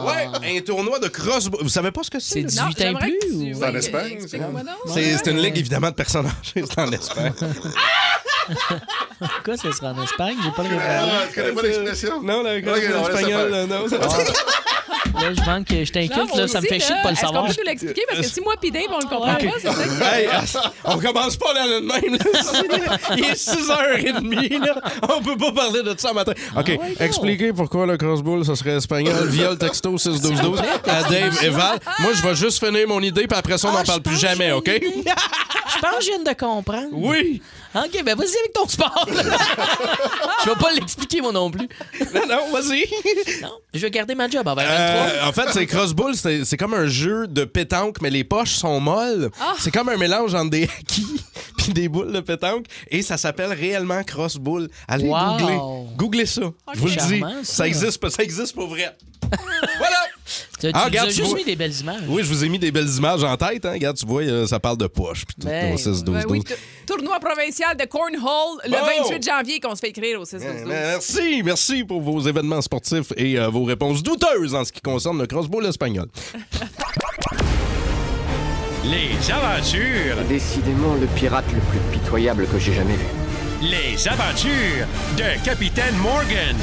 E: Ouais, un tournoi de cross. Vous savez pas ce que c'est?
F: C'est
E: là?
F: 18
G: Non,
F: ans
G: j'aimerais
F: plus.
G: que tu-
F: ou-
G: oui,
D: C'est en Espagne,
G: explique-moi donc.
E: C'est c'est une ligue, évidemment, de personnes âgées. C'est en Espagne.
F: Pourquoi ce sera en Espagne? J'ai pas le
D: Ah, tu connais pas l'expression?
E: euh, Non, le
D: Ok, on laisse ça
E: espagnol,
D: faire.
E: non.
F: Là, je manque, je t'inquiète, là, ça me fait chier
G: hein.
F: de pas le savoir.
L: Est-ce qu'on peut nous l'expliquer? Parce que si moi pis Dave, on le comprend
F: Ok.
L: pas, c'est ça que-
E: Hey, ah, on commence pas là de même. là. Il est 6h30. Là. On peut pas parler de ça matin. OK. Expliquez pourquoi le crossbowl, ça serait espagnol. Viol texto 6-12-12 à Dave et Val. Moi, je vais juste finir mon idée, puis après ça,
F: Ah,
E: on n'en parle plus jamais, OK?
F: Je pense que je viens de comprendre.
E: Oui.
F: OK, ben vas-y avec ton sport. je vais pas l'expliquer, moi non plus.
E: Non, non, vas-y.
F: Non, je vais garder ma job envers
E: Euh, en fait, c'est crossbowl, c'est c'est comme un jeu de pétanque, mais les poches sont molles.
F: Ah!
E: C'est comme un mélange entre des acquis puis des boules de pétanque, et ça s'appelle réellement crossbowl. Allez
F: Wow. Ah,
E: googler, googlez ça. Je vous le dis,
F: Charmant, ça.
E: ça existe, ça existe pour vrai.
F: Tu, tu
E: Ah,
F: nous
E: regarde,
F: as
E: tu
F: juste
E: vois.
F: mis des belles images.
E: Oui, je vous ai mis des belles images en tête. Hein. Regarde, tu vois, euh, ça parle de poche. Puis tout,
F: Ben,
E: au 6, 12, 12.
L: Ben oui, t- tournoi provincial de Cornhole le
E: Bon.
L: 28 janvier qu'on se fait écrire au 6
E: Ben, Merci, merci pour vos événements sportifs et euh, vos réponses douteuses en ce qui concerne le crossbowl espagnol.
M: Les aventures,
N: Décidément le pirate le plus pitoyable que j'ai jamais vu.
M: les aventures de Capitaine Morgan.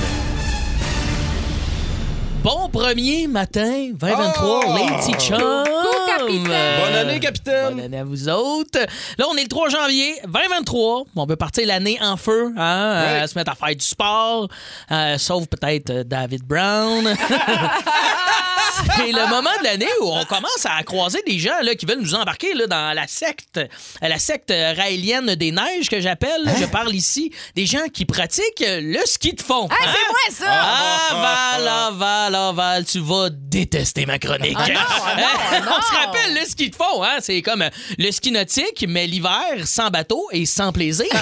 F: Bon premier matin, 2023,
M: Oh!
F: les petits chums.
G: Oh!
M: capitaine!
F: Bonne
E: année, capitaine.
F: Bonne année à vous autres. Là, on est le 3 janvier 2023. On peut partir l'année en feu, hein, euh, se mettre à faire du sport, euh, sauf peut-être euh, David Brown. C'est le moment de l'année où on commence à croiser des gens là, qui veulent nous embarquer là, dans la secte, euh, la secte euh, raélienne des neiges que j'appelle. Je parle ici des gens qui pratiquent euh, le ski de
G: Ah,
F: fond.
L: Hey,
F: hein?
L: c'est moi, ça!
F: Ah, Val, ah, Val, ah, Val, tu vas détester ma chronique.
L: Ah non, ah non, ah non.
F: On se rappelle le ski de fond, hein? C'est comme euh, le ski nautique, mais l'hiver, sans bateau et sans plaisir.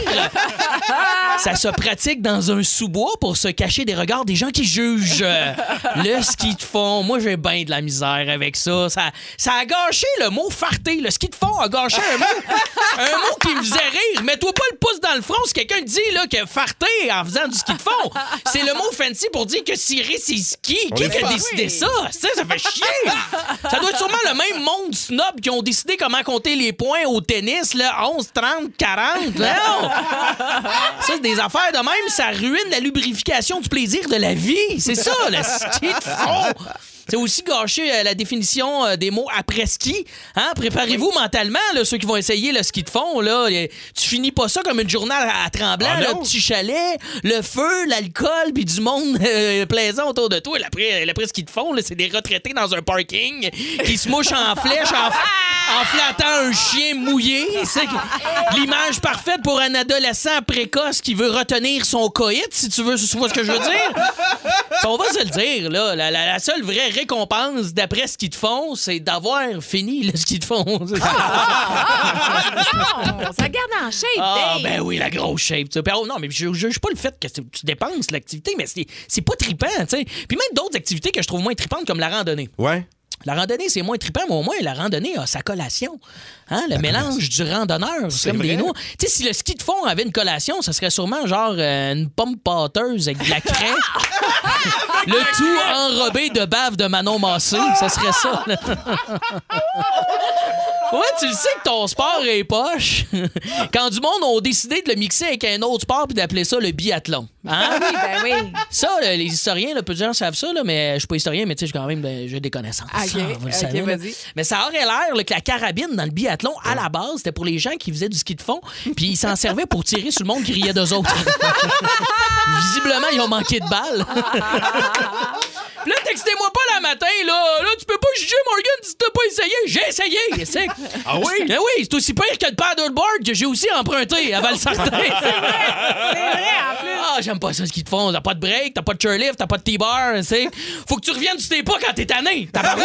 F: Ça se pratique dans un sous-bois pour se cacher des regards des gens qui jugent. Euh, Le ski de fond, moi j'ai bien de la misère avec ça. ça. Ça a gâché le mot farté. Le ski de fond a gâché un mot, un mot qui me faisait rire. Mets-toi pas le pouce dans le front si quelqu'un dit là, que farté en faisant du ski de fond. C'est le mot fancy pour dire que cirer c'est ski.
E: On
F: Qui
E: est
F: a
E: fort.
F: décidé ça? Ça, ça fait chier! Ça doit être sûrement le même monde snob qui ont décidé comment compter les points au tennis, là, 11, 30, 40. là. Non! Ça, c'est des affaires de même, ça ruine la lubrification du plaisir de la vie. C'est ça, le ski de fond. C'est aussi gâcher euh, la définition euh, des mots après ski. Hein? Préparez-vous mentalement, là, ceux qui vont essayer le ski de fond. Là, Euh, tu finis pas ça comme une journée à, à tremblant,
E: Ah
F: là,
E: non?
F: petit chalet, le feu, l'alcool, puis du monde euh, plaisant autour de toi. L'après, l'après ski de fond, là, c'est des retraités dans un parking qui se mouchent en flèche en, en flattant un chien mouillé. C'est l'image parfaite pour un adolescent précoce qui veut retenir son coït, si tu veux, tu vois ce que je veux dire. Puis On va se le dire, là, la, la- la seule vraie récompense d'après ce qu'ils te font, c'est d'avoir fini le ski de fond.
L: On ça garde en shape,
F: Ah,
L: Dave.
F: ben oui, la grosse shape. tu sais. Puis, oh, non, mais je je juge pas le fait que tu tu dépenses l'activité, mais c'est c'est pas trippant, tu sais. Puis même d'autres activités que je trouve moins trippantes, comme la randonnée.
E: Ouais.
F: La randonnée, c'est moins trippant, mais au moins, la randonnée a sa collation. Hein, le mélange du randonneur, c'est comme
E: vrai.
F: des noix. Tu sais, si le ski de fond avait une collation, ça serait sûrement genre euh, une pomme pâteuse avec de la craie. le tout enrobé de bave de Manon Massé. Ça serait ça. là. Ouais, tu le sais que ton sport est poche. Quand du monde ont décidé de le mixer avec un autre sport puis d'appeler ça le biathlon.
G: Ah
F: Hein?
L: Oui, ben oui.
F: Ça, là, les historiens, là, plusieurs savent ça, là, mais je suis pas historien, mais tu sais, j'ai quand même ben, j'ai des connaissances.
L: Ok,
F: Ah, vous
L: ok,
F: le savez, là.
L: vas-y.
F: Mais ça aurait l'air là, que la carabine dans le biathlon, à la base, c'était pour les gens qui faisaient du ski de fond, puis ils s'en servaient pour tirer sur le monde qui riait d'eux autres. Visiblement, ils ont manqué de balles.
L: Ah,
F: Puis là, textez-moi pas la matin, là. Là, tu peux pas juger Morgan si t'as pas essayé. J'ai essayé, c'est
E: Ah oui?
F: Ben oui, c'est aussi pire que le paddleboard que j'ai aussi emprunté avant le sortir. Ah, j'aime pas ça ce qu'ils te font. T'as pas de break, t'as pas de chairlift, t'as pas de T-bar, tu sais. Faut que tu reviennes sur tes pas quand t'es tanné. T'as pas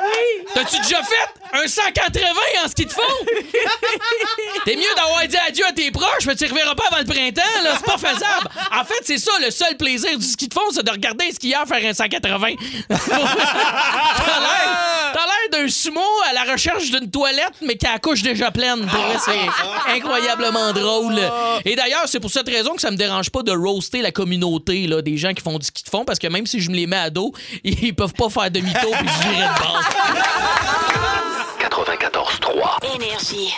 F: T'as-tu déjà fait un 180 en ski de fond? T'es mieux d'avoir dit adieu à tes proches, mais tu reverras pas avant le printemps, là. C'est pas faisable. En fait, c'est ça, le seul plaisir du ski de fond, c'est de regarder un skieur faire un 180. T'as l'air- t'as l'air d'un sumo à la recherche d'une toilette, mais qui a la couche déjà pleine. Pour vrai, c'est incroyablement drôle. Et d'ailleurs, c'est pour cette raison que ça me dérange pas de roaster la communauté là, des gens qui font du ski de fond, parce que même si je me les mets à dos, ils peuvent pas faire demi-tour puis je virer de bord.
A: 94.3. Énergie.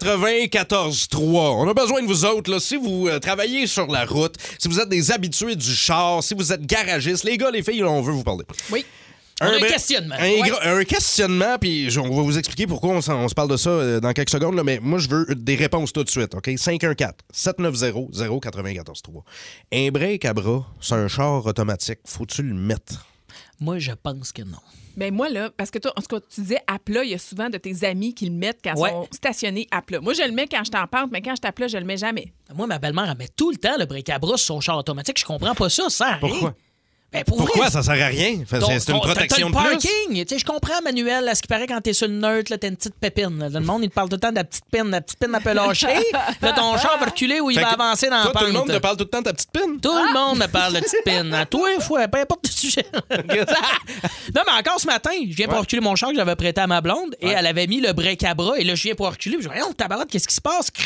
E: 514-790-094-3. On a besoin de vous autres. Là, si vous euh, travaillez sur la route, si vous êtes des habitués du char, si vous êtes garagistes, les gars, les filles, là, on veut vous parler.
G: Oui.
F: On a un
E: brin-
F: questionnement.
E: Un,
F: Ouais.
E: gros- un questionnement, puis je- on va vous expliquer pourquoi on, s'en- on se parle de ça euh, dans quelques secondes, là, mais moi, je veux des réponses tout de suite, OK? 514-790-0943. Un break à bras, c'est un char automatique. Faut-tu le mettre?
F: Moi, je pense que non.
G: Ben moi, là, parce que toi, en tout cas, tu disais à plat, il y a souvent de tes amis qui le mettent quand ils
F: Ouais.
G: sont stationnés à plat. Moi, je le mets quand je t'en pente, mais quand je suis à plat, je le mets jamais.
F: Moi, ma belle-mère, elle met tout le temps le bric à bras sur son char automatique. Je comprends pas ça, ça sert à rien.
E: Pourquoi?
F: Ben, pour
E: Pourquoi
F: vrai,
E: ça sert à rien? Fait-
F: ton-
E: C'est c'est une
F: ton- t'as-
E: protection de
F: t'as le
E: plus.
F: parking. Tu sais, je comprends, Manuel, à ce qui paraît, quand t'es sur le neutre, là, t'as une petite pépine. là. Le monde, il te parle tout le temps de la petite pine. La petite pine, elle peut lâcher. là, ton char va reculer ou il
E: Fait
F: va
E: que
F: avancer dans
E: toi,
F: la pente.
E: tout le monde te parle tout le temps de ta petite pine.
F: Tout le monde me parle de petite pine. À toi, fois, peu importe le sujet. non, mais encore ce matin, je viens pour reculer mon char que j'avais prêté à ma blonde et elle avait mis le break à bras. Et là, je viens pour reculer. puis Je dis, voyons, tabarouette, qu'est-ce qui se passe? Crrr.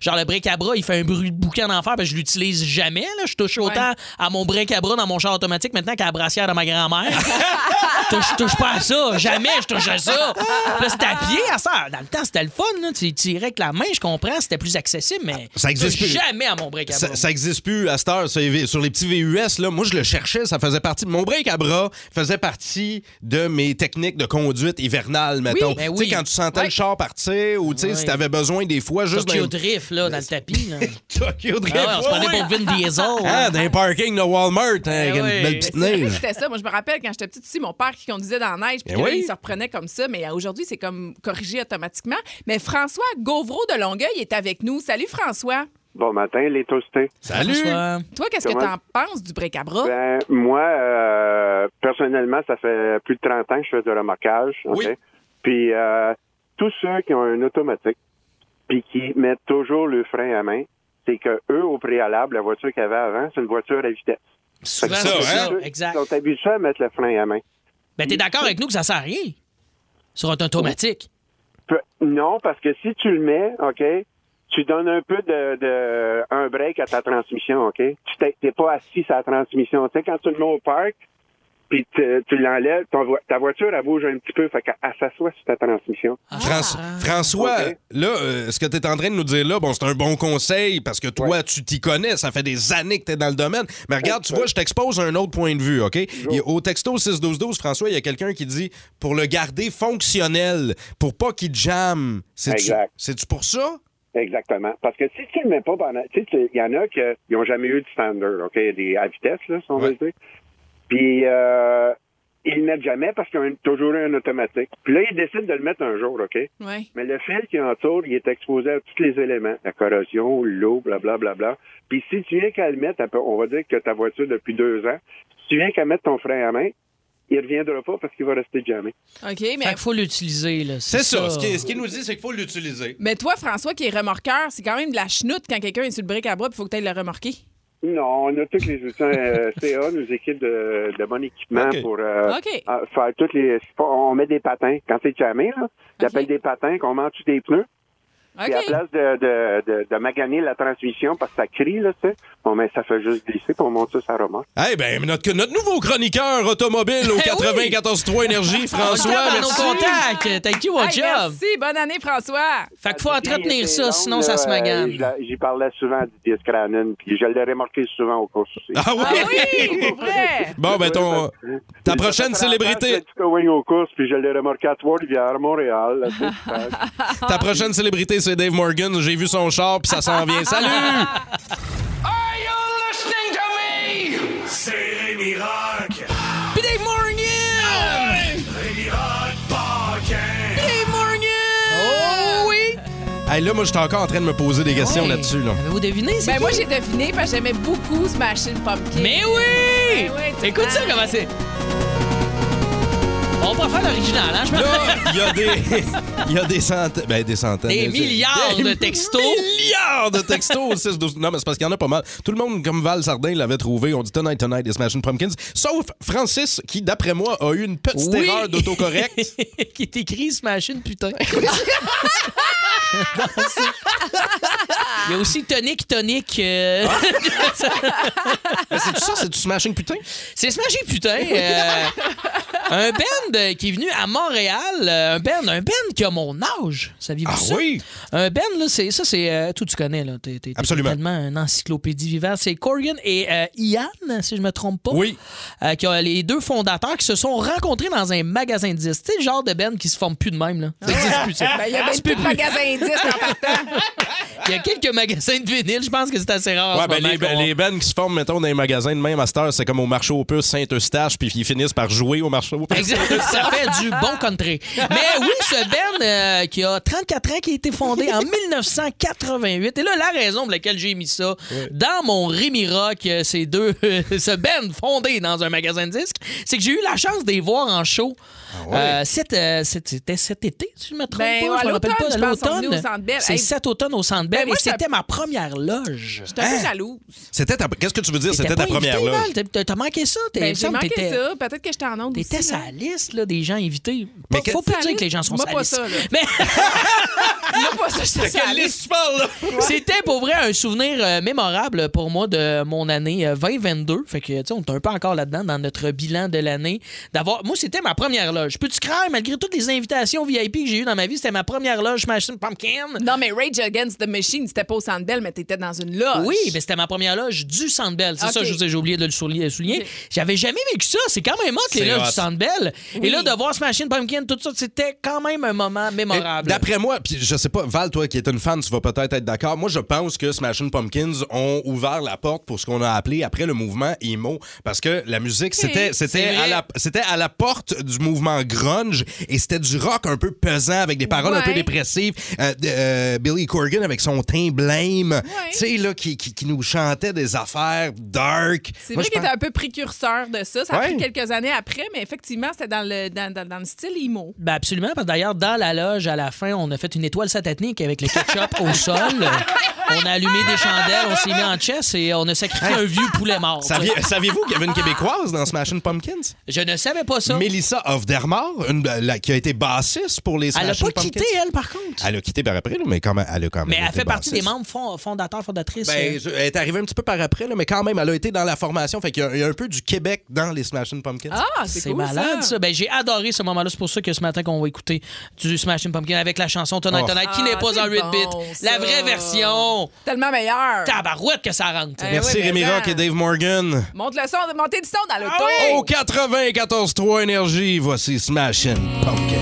F: Genre, le break à bras, il fait un bruit de boucan d'enfer. Ben, je l'utilise jamais. Là. Je touche autant à mon break à bras dans mon char automatique maintenant qu'à la brassière de ma grand-mère. touche, touche pas à ça. Jamais je touche à ça. Puis Là, c'était à pied à ça. Dans le temps, c'était le fun. Là. Tu tirais avec la main, je comprends. C'était plus accessible, mais
E: Ça existe
F: je touche
E: plus.
F: jamais à mon break à bras.
E: Ça, ça existe plus à cette heure. Sur les, sur les petits VUS, là, moi, je le cherchais. Ça faisait partie. Mon break à bras faisait partie de mes techniques de conduite hivernale, mettons.
F: ben
E: Tu sais,
F: oui.
E: quand tu sentais
F: Ouais.
E: le char partir ou tu sais,
F: Ouais.
E: si t'avais besoin des fois, juste
F: Tokyo
E: d'un-
F: Drift, là, dans le tapis. là.
E: Tokyo Drift.
F: Ah ouais, on se prenait pour Ben Vin Diesel.
E: Ah,
F: hein.
E: d'un parking de Walmart, hein, avec une
F: oui.
E: belle petite
G: C'est vrai que
E: neige.
G: C'était ça. Moi, je me rappelle quand j'étais petite ici, mon père qui conduisait dans la neige,
F: Eh
G: puis
E: Ben
G: là,
E: oui.
G: il se reprenait comme ça. Mais euh, aujourd'hui, c'est comme corrigé automatiquement. Mais François Gauvreau de Longueuil est avec nous. Salut, François.
H: Bon matin, les toastés.
E: Salut!
G: Toi, qu'est-ce que
H: Comment-
G: t'en penses du bric à bras?
H: Ben, moi, euh, personnellement, ça fait plus de 30 ans que je fais du remorquage. ok? Puis, euh, tous ceux qui ont un automatique, puis qui mettent toujours le frein à main, c'est que eux, au préalable, la voiture qu'ils avaient avant, c'est une voiture à vitesse.
F: Souvent,
H: Fait que
F: c'est
H: tous
F: ça, hein?
E: hein.
H: ceux
F: exact.
H: qui sont habitués à mettre le frein à main.
F: Ben, t'es d'accord avec nous que ça sert à rien sur un automatique.
H: Peu- Non, parce que si tu le mets, OK, tu donnes un peu de, de- un break à ta transmission, OK? Tu t'es- t'es pas assis à la transmission. Tu sais, quand tu le mets au parc, puis tu, tu l'enlèves, ton vo- ta voiture, elle bouge un petit peu, fait qu'elle elle s'assoit sur ta transmission.
E: Franç- François, là, euh, ce que tu es en train de nous dire là, bon, c'est un bon conseil parce que toi, tu t'y connais, ça fait des années que tu es dans le domaine. Mais regarde, tu vois, je t'expose à un autre point de vue, OK? Il- au texto 6-12-12, François, il y a quelqu'un qui dit pour le garder fonctionnel, pour pas qu'il jamme. C'est-tu
H: Exact.
E: c'est-tu pour ça?
H: Exactement. Parce que si tu le mets pas pendant. Tu sais, tu- il y en a qui n'ont jamais eu de standard, OK? Des à vitesse, là, si on veut dire. Puis, euh, ils le mettent jamais parce qu'ils ont une- toujours eu un automatique. Puis là, ils décident de le mettre un jour, OK?
G: Oui.
H: Mais le fil qui entoure, il est exposé à tous les éléments. La corrosion, l'eau, blablabla. Bla, bla. Puis si tu viens qu'à le mettre, elle peut- on va dire que ta voiture depuis deux ans, si tu viens qu'à mettre ton frein à main, il reviendra pas parce qu'il va rester jamais.
G: OK, mais.
F: Fait qu'il faut l'utiliser, là.
E: C'est ça. Ce qu'il ce qu'il nous dit, c'est qu'il faut l'utiliser.
G: Mais toi, François, qui est remorqueur, c'est quand même de la chenoute quand quelqu'un est sur le bric à bras, il faut que tu ailles le remorquer.
H: Non, on a tous les outils euh, CA, nos équipes de, de bon équipement
G: OK.
H: pour euh,
G: OK.
H: euh, faire toutes les. c'est pas- On met des patins. Quand c'est jamais, là, j'appelle des patins qu'on met en dessous des pneus.
G: OK.
H: Puis à place de, de, de, de maganer la transmission parce que ça crie, là, tu sais, on met, ça fait juste glisser, puis on monte ça, ça remonte.
E: Eh bien, notre, notre nouveau chroniqueur automobile au 94.3 Énergie, François,
F: Dans nos
E: merci.
F: contacts. Thank you,
G: Hey,
F: our job.
G: merci, bonne année, François.
F: Fait qu'il faut entretenir ça, sinon ça se
H: Euh,
F: magane.
H: je la- J'y parlais souvent à Didier Scrannon, puis je l'ai remarqué souvent aux courses aussi.
E: Ah oui? Bon, ben, ton, ta prochaine célébrité.
H: Du Coing aux courses, puis je l'ai remarqué à Trois-Rivières, Montréal. là, c'est super.
E: Ta prochaine célébrité, c'est Dave Morgan. J'ai vu son char, puis ça s'en vient. Salut!
O: C'est Rémi Rock.
F: Puis Dave Morgan!
O: Rémi Rock
F: Puis Dave Morgan! Oh oui!
E: Hey, là, moi, j'étais encore en train de me poser des questions
F: Ouais.
E: là-dessus. Là.
F: Vous devinez, c'est
G: Ben
F: qui?
G: moi, j'ai deviné parce que j'aimais beaucoup ce machine pumpkin.
F: Mais oui!
G: Ben oui, tu
F: Écoute ça,
G: vois.
F: comment c'est. On va faire l'original, hein? Je m'en-
E: Là, il y a des, il y a des centaines, ben, des centaines.
F: Des
E: mais-
F: milliards de
E: Des
F: textos.
E: milliards de textos au 6 12. Non, mais c'est parce qu'il y en a pas mal. Tout le monde, comme Val Sardin, l'avait trouvé. On dit Tonight Tonight des Smashing Pumpkins. Sauf Francis, qui, d'après moi, a eu une petite
F: Oui.
E: erreur d'autocorrect.
F: qui est écrit Smashing, putain. Il y a aussi Tonic Tonic. euh,
E: C'est ça, c'est du smashing putain?
F: C'est Smashing Putain. euh, un band euh, qui est venu à Montréal. euh, Un band, un band qui a mon âge. Saviez-vous
E: Ah
F: ça?
E: oui?
F: Un band, là, c'est, ça, c'est. euh, tout tu connais, là. T'es, t'es- t'es
E: Absolument.
F: tellement une encyclopédie vivante. C'est Corgan et euh, Ian, si je me trompe pas.
E: Oui.
F: Euh, qui ont- les deux fondateurs qui se sont rencontrés dans un magasin de disques. C'est le genre de band qui se forme plus de même, là. Ça existe plus, ça.
L: Ben, il y a bien
F: Tu peux
L: plus de
F: plus. Ben,
L: magasins disques en partant.
F: Il y a quelques magasins de vinyle, je pense que c'est assez rare. en
E: Ouais,
F: ce
E: ben
F: moment
E: les,
F: qu'on-
E: les bands qui se forment, mettons, dans les magasins de même à cette heure, c'est comme au marché aux puces Saint-Eustache, puis ils finissent par jouer au marché aux puces.
F: Exact. Ça fait du bon country. Mais oui, ce Ben euh, qui a 34 ans, qui a été fondé en 1988. Et là, la raison pour laquelle j'ai mis ça dans mon Rémi Rock, euh, ces deux, euh, ce Ben fondé dans un magasin de disques, c'est que j'ai eu la chance de les voir en show.
E: Ah
F: Euh, cet, euh, cet- c'était cet été, si je me trompe
L: Ben,
F: pas,
L: à
F: je me rappelle pas,
L: l'automne, je pense, on est venu au Centre Bell.
F: C'est
L: Hey.
F: cet automne au Centre Bell
L: Ben, moi,
F: et
L: je-
F: c'était ma première loge.
L: J'étais un peu jalouse.
E: C'était ta... Qu'est-ce que tu veux dire?
F: T'étais
E: C'était ta
F: pas
E: première
F: invité,
E: loge.
F: Val, t'as- T'as t'as manqué ça? t'es- il
L: Ben,
F: me
L: j'ai
F: semble que
L: manqué
F: t'étais-
L: ça. Peut-être que j'étais en onde
F: T'étais
L: aussi.
G: hein.
F: sa
L: là.
F: liste là, des gens invités.
E: Mais
F: faut
L: qu'est-ce-
F: pas dire que les gens sont
L: Dis-moi
F: sa
L: pas
F: liste.
L: ça, là.
F: Mais
L: Dis-moi pas ça, j'étais sa liste.
E: tu parles, là?
F: c'était pour vrai un souvenir euh, mémorable pour moi de mon année euh, 2022. Fait que, tu sais, on est un peu encore là-dedans dans notre bilan de l'année. D'avoir, Moi, c'était ma première loge. Peux-tu craindre, malgré toutes les invitations VIP que j'ai eues dans ma vie, c'était ma première loge Smashing Pumpkin.
L: Non, mais Rage Against the Machine, c'était pas au Centre Bell, mais t'étais dans une
G: Ah,
L: loge.
F: Oui, mais c'était ma première loge du Centre Bell. C'est
L: Ok.
F: ça, je vous ai- j'ai oublié de le souligner. souligner. J'avais jamais vécu ça. C'est quand même hot, les
E: C'est
F: loges
E: hot.
F: du Centre Bell.
L: Oui.
F: Et là, de voir Smashing Pumpkin, tout ça, c'était quand même un moment mémorable.
E: D'après moi, puis je sais pas, Val, toi qui es une fan, tu vas peut-être être, d'accord. Moi, je pense que Smashing Pumpkins ont ouvert la porte pour ce qu'on a appelé après le mouvement emo, parce que la musique c'était c'était
F: c'est vrai.
E: à la c'était à la porte du mouvement grunge et c'était du rock un peu pesant avec des paroles un peu
L: Ouais.
E: dépressives. Euh, de- euh, Billy Corgan avec son teint blême, tu sais là, qui, qui, qui nous chantait des affaires dark.
L: C'est
E: Moi,
L: vrai
E: je
L: qu'il
E: pense-
L: était un peu précurseur de ça. Ça a
E: Ouais.
L: pris quelques années après, mais effectivement, c'était dans le, dans, dans- dans le style emo.
F: Ben absolument, parce que d'ailleurs, dans la loge, à la fin, on a fait une étoile satanique avec le ketchup au sol. On a allumé des chandelles, on s'est mis en chess et on a sacrifié un vieux poulet mort.
E: Saviez- Saviez-vous qu'il y avait une Québécoise dans Smashing Pumpkins?
F: Je ne savais pas ça.
E: Melissa Ofdermar, une- la- qui a été bassiste pour les
F: elle n'a
E: Smashing
F: pas
E: Pumpkins.
F: quitté, elle, par contre.
E: Elle a quitté par après, là, mais quand même, elle a quand même.
F: Mais elle
E: été
F: fait partie des
E: bassiste.
F: membres fond- fondateurs, fondatrices.
E: Ben,
F: euh,
E: je- elle est arrivée un petit peu par après, là, mais quand même, elle a été dans la formation. Fait qu'il y a, il y a un peu du Québec dans les Smashing Pumpkins.
L: Ah, c'est
F: C'est
L: cool,
F: malade, ça. Ben, j'ai adoré ce moment-là. C'est pour ça que ce matin qu'on va écouter du Smashing Pumpkin avec la chanson Tonight
E: Oh.
F: Tonight, qui n'est
L: Ah,
F: pas
L: c'est
F: en 8
L: bon,
F: bits.
L: ça.
F: La vraie version.
L: Tellement meilleur.
F: Tabarouette que ben ça rentre.
L: Eh
E: Merci
L: oui, mais
E: Rémi
L: ça.
E: Rock et Dave Ah Morgan.
L: Monte le son, montez du son dans l'auto.
E: Au 94.3 Énergie, voici Smashing Pumpkins.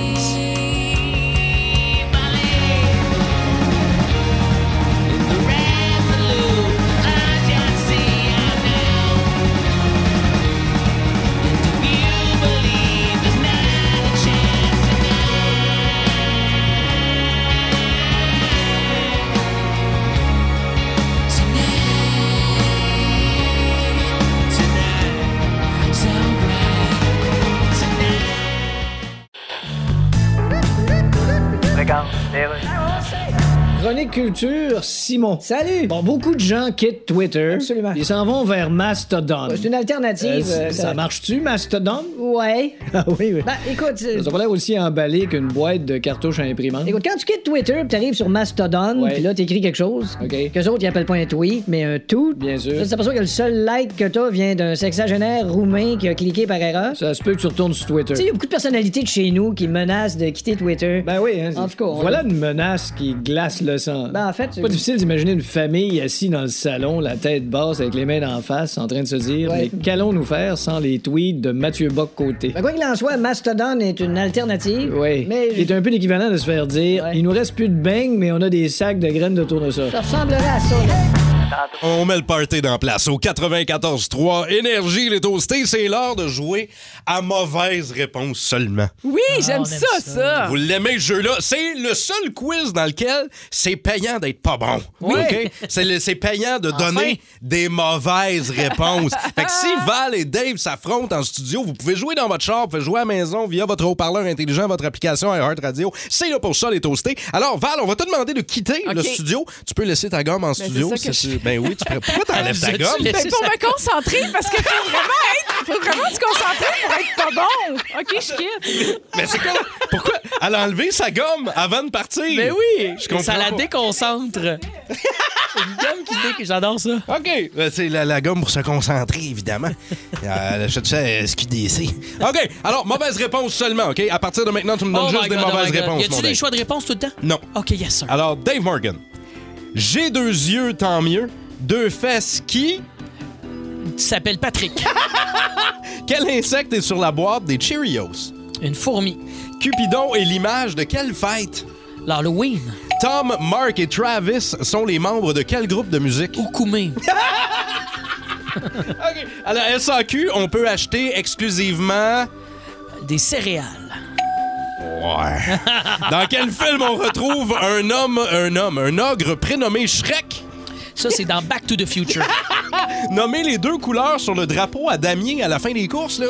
H: Chronique culture, Simon. Salut! Bon, beaucoup de gens quittent Twitter. Absolument. Ils s'en vont vers Mastodon.
P: C'est une alternative.
H: Euh,
P: euh,
H: ça marche-tu, Mastodon?
P: Ouais.
H: Ah oui, oui.
P: Ben, écoute, euh,
H: Ça a pas l'air aussi emballé qu'une boîte de cartouches à imprimante.
P: écoute, quand tu quittes Twitter, puis t'arrives sur Mastodon,
H: Ouais.
P: puis là, t'écris quelque chose.
H: OK.
P: Qu'eux autres, ils appellent pas un tweet, mais un tout.
H: Bien sûr.
P: Là, tu t'aperçois que le seul like que t'as vient d'un sexagénaire roumain qui a cliqué par erreur.
H: Ça se peut que tu retournes sur Twitter.
P: Tu sais, il y a beaucoup de personnalités de chez nous qui menacent de quitter Twitter.
H: Ben oui, hein,
P: En tout cas, on-
H: voilà une menace qui glace le sang.
P: Ben, en fait, tu-
H: c'est pas difficile d'imaginer une famille assise dans le salon, la tête basse avec les mains en face, en train de se dire
P: Ouais.
H: mais qu'allons-nous faire sans les tweets de Mathieu Bock côté.
P: Ben, quoi qu'il en soit, Mastodon est une alternative.
H: Oui.
P: Mais
H: C'est un peu l'équivalent de se faire dire il nous reste plus de beignes, mais on a des sacs de graines de tournesol.
P: ça ressemblerait à ça. là.
E: On met le party dans place. Au 94.3 Énergie, les toastés, c'est l'heure de jouer à mauvaise réponse seulement.
L: Oui, j'aime
F: Ah, on aime
L: ça, ça.
F: Ah.
E: Vous l'aimez, ce jeu-là. C'est le seul quiz dans lequel c'est payant d'être pas bon.
F: Oui.
E: OK? C'est, le- c'est payant de
F: Enfin.
E: donner des mauvaises réponses. fait que si Val et Dave s'affrontent en studio, vous pouvez jouer dans votre char, vous pouvez jouer à la maison via votre haut-parleur intelligent, votre application iHeartRadio. Radio. C'est là pour ça, les toastés. Alors, Val, on va te demander de quitter le
L: OK.
E: studio. Tu peux laisser ta gomme en studio.
L: c'est ça que
E: si
L: je
E: tu- Ben oui, tu peux... pourquoi t'enlèves ta
F: Vous
E: gomme?
F: êtes-tu laissé
L: Ben, pour
F: ça-
L: me concentrer, parce que faut vraiment être, faut vraiment se concentrer pour être pas bon. OK, je quitte.
E: Mais c'est quoi? Pourquoi? Elle a enlevé sa gomme avant de partir.
F: Mais Ben oui,
E: Je comprends
F: ça la
E: pas.
F: déconcentre. Une gomme qui pique, j'adore ça.
E: OK. Euh, C'est la, la gomme pour se concentrer, évidemment. Euh, Elle achète ça à SQDC. OK. Alors, mauvaise réponse seulement, OK? À partir de maintenant, tu me donnes
F: Oh my
E: juste des
F: God, oh my
E: mauvaises
F: God.
E: réponses.
F: Y
E: mon
F: a-tu des
E: Dave. Ah.
F: choix de réponse tout le temps?
E: Non.
F: OK, yes, sir.
E: Alors, Dave Morgan. J'ai deux yeux, tant mieux. Deux fesses qui.
F: s'appelle Patrick.
E: Quel insecte est sur la boîte des Cheerios?
F: Une fourmi.
E: Cupidon est l'image de quelle fête?
F: L'Halloween.
E: Tom, Mark et Travis sont les membres de quel groupe de musique?
F: Oukoumé.
E: À la SAQ, on peut acheter exclusivement.
F: Des céréales.
E: Ouais. Dans quel film on retrouve un homme, un homme, un ogre prénommé Shrek?
F: Ça, c'est dans Back to the Future.
E: Nommez les deux couleurs sur le drapeau à damier à la fin des courses, là.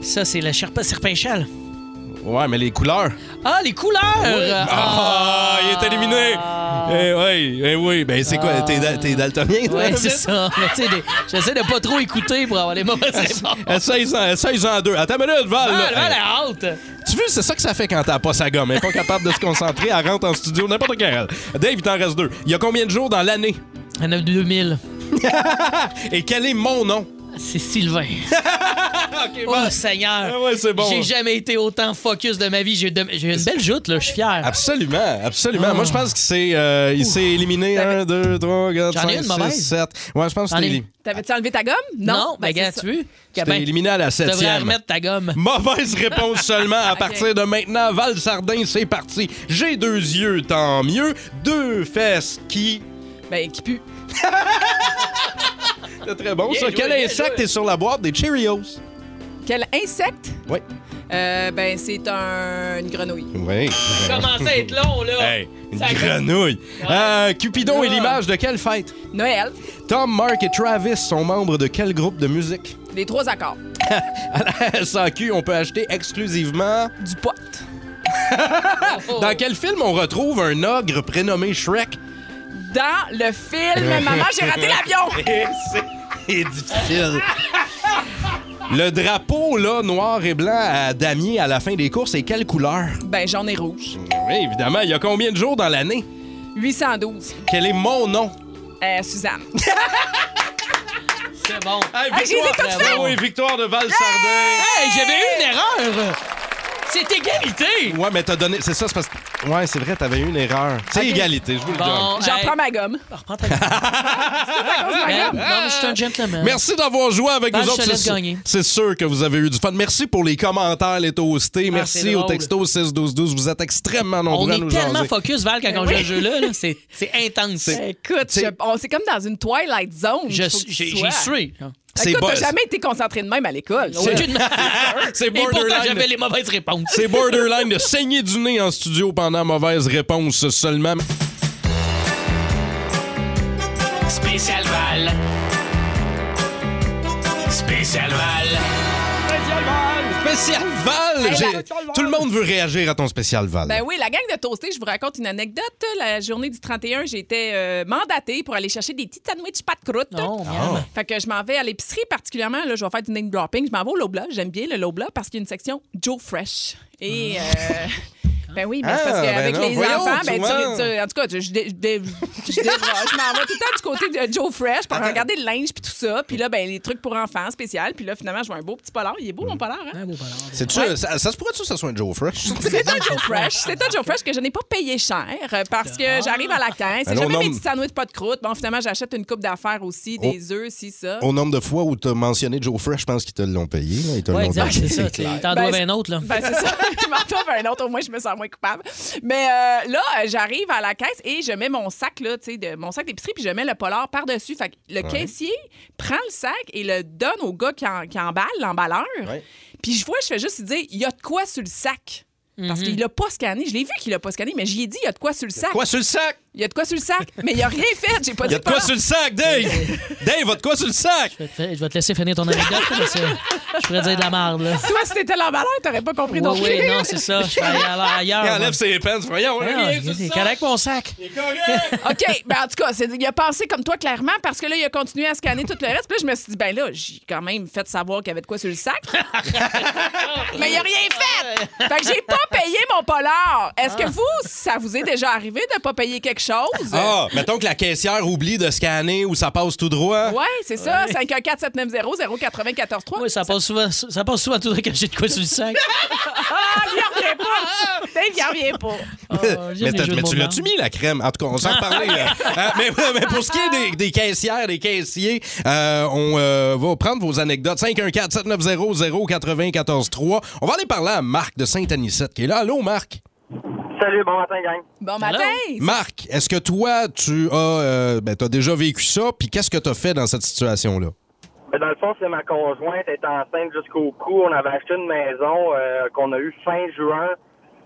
F: Ça, c'est la Sherpa serpinchale.
E: Ouais, mais les couleurs.
F: Ah, les couleurs!
E: Ah, il est éliminé! Eh oui, eh oui. Ben, c'est quoi? T'es, da- t'es daltonien, toi?
F: Ouais, c'est ça. Mais tu sais, des- j'essaie de pas trop écouter pour avoir les mauvaises réponses.
E: Eh, Essaye-en, essaye-en deux. Attends une minute, Ah. Val. là. Eh,
F: Ah, là, la haute!
E: Tu veux, c'est ça que ça fait quand t'as pas sa gomme. Elle est pas capable de se concentrer. Elle rentre en studio, n'importe quelle. Dave, il t'en reste deux. Il y a combien de jours dans l'année?
F: En a 2000.
E: Et quel est mon nom?
F: C'est Sylvain. Oh, Seigneur!
E: Eh Ah ouais, c'est bon.
F: J'ai jamais été autant focus de ma vie. J'ai de- j'ai une belle joute, là. Je suis fier.
E: Absolument, absolument.
F: Ah.
E: Moi, je pense qu'il s'est, euh, il s'est éliminé. 1, 2, 3, 4,
F: J'en ai
E: 5,
F: une mauvaise.
E: 6, 7. Ouais, je pense que
F: J'en
E: t'es
F: ai-
E: éliminé.
G: T'avais-tu enlevé ta gomme?
F: Non, ben, gars,
G: c'est
F: tu veux?
E: T'es éliminé à la
F: Tu devrais
E: septième.
F: remettre ta gomme.
E: Mauvaise réponse seulement. À
F: Ok.
E: partir de maintenant, Val Sardin, c'est parti. J'ai deux yeux, tant mieux. Deux fesses qui...
G: ça. Ben, qui pue.
E: C'est très bon,
G: Bien
E: ça.
G: joué,
E: Quel
G: bien
E: insecte est sur la boîte des Cheerios?
G: Quel insecte?
E: Oui.
G: Euh, ben, c'est un... une grenouille.
E: Oui.
G: Commencez à être long, là.
E: Hey, une grenouille. Euh, Cupidon
F: Ah.
E: est l'image de quelle fête?
G: Noël,
E: Tom, Mark et Travis sont membres de quel groupe de musique?
G: les trois accords.
E: À la SAQ, on peut acheter exclusivement...
G: Du pot.
F: Oh,
E: Dans quel film on retrouve un ogre prénommé Shrek?
G: Dans le film, maman, j'ai raté l'avion.
E: C'est difficile. Le drapeau, là, noir et blanc à damier à la fin des courses, c'est quelle couleur?
G: ben, j'en ai rouge.
E: Oui, évidemment. Il y a combien de jours dans l'année?
G: 812.
E: Quel est mon nom?
G: Euh, Suzanne.
F: C'est bon.
G: Ah, j'ai été toute
F: bravo.
G: faite.
E: Ben Oui, victoire de Val Sardin.
F: Hey, j'avais eu une erreur! C'est égalité!
E: Ouais, mais t'as donné. C'est ça, c'est parce que. Ouais, c'est vrai, t'avais eu une erreur. C'est égalité, je vous le donne.
G: J'en prends ma gomme.
F: Reprends ta gomme.
G: ma
F: Euh,
G: gomme.
F: Non, mais je suis un gentleman.
E: Merci d'avoir joué avec
F: Ben,
E: nous
F: je
E: autres.
F: te laisse
E: C'est sûr-
F: gagner.
E: C'est sûr que vous avez eu du fun. Merci pour les commentaires, les toastés.
F: Ah, c'est
E: Merci au
F: drôle.
E: texto 6-12-12. Vous êtes extrêmement
F: On
E: nombreux à
F: est
E: nous
F: tellement
E: jaser.
F: focus, Val, quand on
G: Oui.
F: joue ce jeu-là. là. C'est c'est intense.
G: Ben, Écoute, je- on- c'est comme dans une Twilight Zone.
F: Je-
G: faut que tu
F: j'ai-
G: sois.
F: j'y suis.
E: C'est
G: Écoute,
E: bo-
G: t'as jamais été concentré de même à l'école.
F: Aucune-
E: C'est
F: Et pourtant,
E: borderline.
F: j'avais les mauvaises réponses.
E: C'est borderline de saigner du nez en studio pendant mauvaise réponse seulement.
Q: Spécial Val. Spécial Val.
E: Spécial Val!
G: Hey,
E: J'ai-
G: la-
E: Tout le monde veut réagir à ton spécial Val.
G: Ben oui, la gang de Toasté, je vous raconte une anecdote. La journée du 31, j'étais euh, mandatée pour aller chercher des petits sandwichs pas de croûte.
E: Ah.
F: miam.
G: Fait que je m'en vais à l'épicerie, particulièrement, là, je vais faire du name dropping. Je m'en vais au Loblaw. J'aime bien le Loblaw parce qu'il y a une section Joe Fresh. Et. euh, Ben oui, mais c'est parce
E: Ah, ben
G: qu'avec
E: non,
G: les
E: voyons,
G: enfants,
E: tu
G: ben, tu-
E: vois.
G: tu- en tout cas, tu- je, dé- je dé- je dé- je m'en vais tout le temps du côté de Joe Fresh
E: Ah.
G: pour regarder le linge puis tout ça. Puis là, ben, les trucs pour enfants spécial. Puis là, finalement, je vois un beau petit polar. Il est beau, mon polar, hein?
F: Ah,
E: C'est-tu- ça, ça se pourrait-tu que ça soit un Joe Fresh?
G: C'est un Joe Fresh. C'est un Joe Fresh que je n'ai pas payé cher euh, parce que j'arrive à la caisse. C'est
E: Alors,
G: jamais
E: Ben non,
G: mes
E: mais-
G: petits sandwichs pas de croûte. Bon, finalement, j'achète une coupe d'affaires aussi, des
E: Oh.
G: œufs, si ça.
E: Au nombre de fois où t'as mentionné Joe Fresh, je pense qu'ils te l'ont payé. là. Ils te
F: Ouais,
E: l'ont
F: exact,
E: donné.
F: ben, c'est ça. tu- T'en dois
G: Ben,
F: un autre, là.
G: Ben, c'est ça. Je m'en trouve un autre. Au moins, je me sens moins coupable. Mais euh, là, euh, j'arrive à la caisse et je mets mon sac, là, tu sais, de- mon sac d'épicerie, puis je mets le polar par-dessus. Fait que le
E: Ouais.
G: caissier prend le sac et le donne au gars qui, en- qui emballe, l'emballeur. Puis je vois, je fais juste lui dire, il y a de quoi sur le sac.
E: Mm-hmm.
G: Parce qu'il l'a pas scanné. Je l'ai vu qu'il l'a pas scanné, mais j'y ai dit, il y a de quoi sur le sac.
E: Quoi sur le sac?
G: Il y a de quoi sur le sac. Mais il a rien fait. J'ai pas
E: Il y
G: dit
E: a de quoi
G: pas.
E: sur le sac, Dave! Dave, a de quoi sur le sac?
F: Je vais te- je vais te laisser finir ton anecdote, mais c'est- je pourrais dire de la merde, là.
G: Toi, si t'étais l'emballeur, t'aurais pas compris
F: Oui,
G: non plus.
F: oui, non, c'est ça. Je suis allé ailleurs.
E: Il
F: moi.
E: enlève ses pants, voyons.
F: Ah,
E: hein, il est sur
F: C'est
E: le
F: correct, mon sac.
G: OK, ben en tout cas, c'est- il a pensé comme toi clairement parce que là, il a continué à scanner tout le reste. Puis là, je me suis dit, ben là, j'ai quand même fait savoir qu'il y avait de quoi sur le sac. Mais il a rien
F: Ah.
G: fait! Fait que j'ai pas payé mon polar. Est-ce que vous, ça vous est déjà arrivé de pas payer quelque chose.
E: Ah, mettons que la caissière oublie de scanner ou ça passe tout droit.
G: Ouais, c'est ça. 514 790 094 3.
F: Oui, ça passe souvent, ça passe souvent tout le cacher de quoi sur le sac.
G: Ah, il en revient pas. Dave, il en revient pas.
F: Ah,
E: mais t'as- mais tu l'as-tu mis, la crème? En tout cas, on s'en parlait. Hein? mais, mais pour ce qui est des, des caissières, des caissiers, euh, on euh, va prendre vos anecdotes. 514-790-0943. On va aller parler à Marc de Saint-Anicette qui est là. Allô, Marc?
K: Salut, bon matin, gang.
G: Bon matin.
E: Marc, est-ce que toi, tu as, euh, ben, t'as déjà vécu ça? Puis qu'est-ce que tu as fait dans cette situation-là?
K: Ben, Dans le fond, c'est ma conjointe, elle est enceinte jusqu'au cou. On avait acheté une maison euh, qu'on a eue fin juin.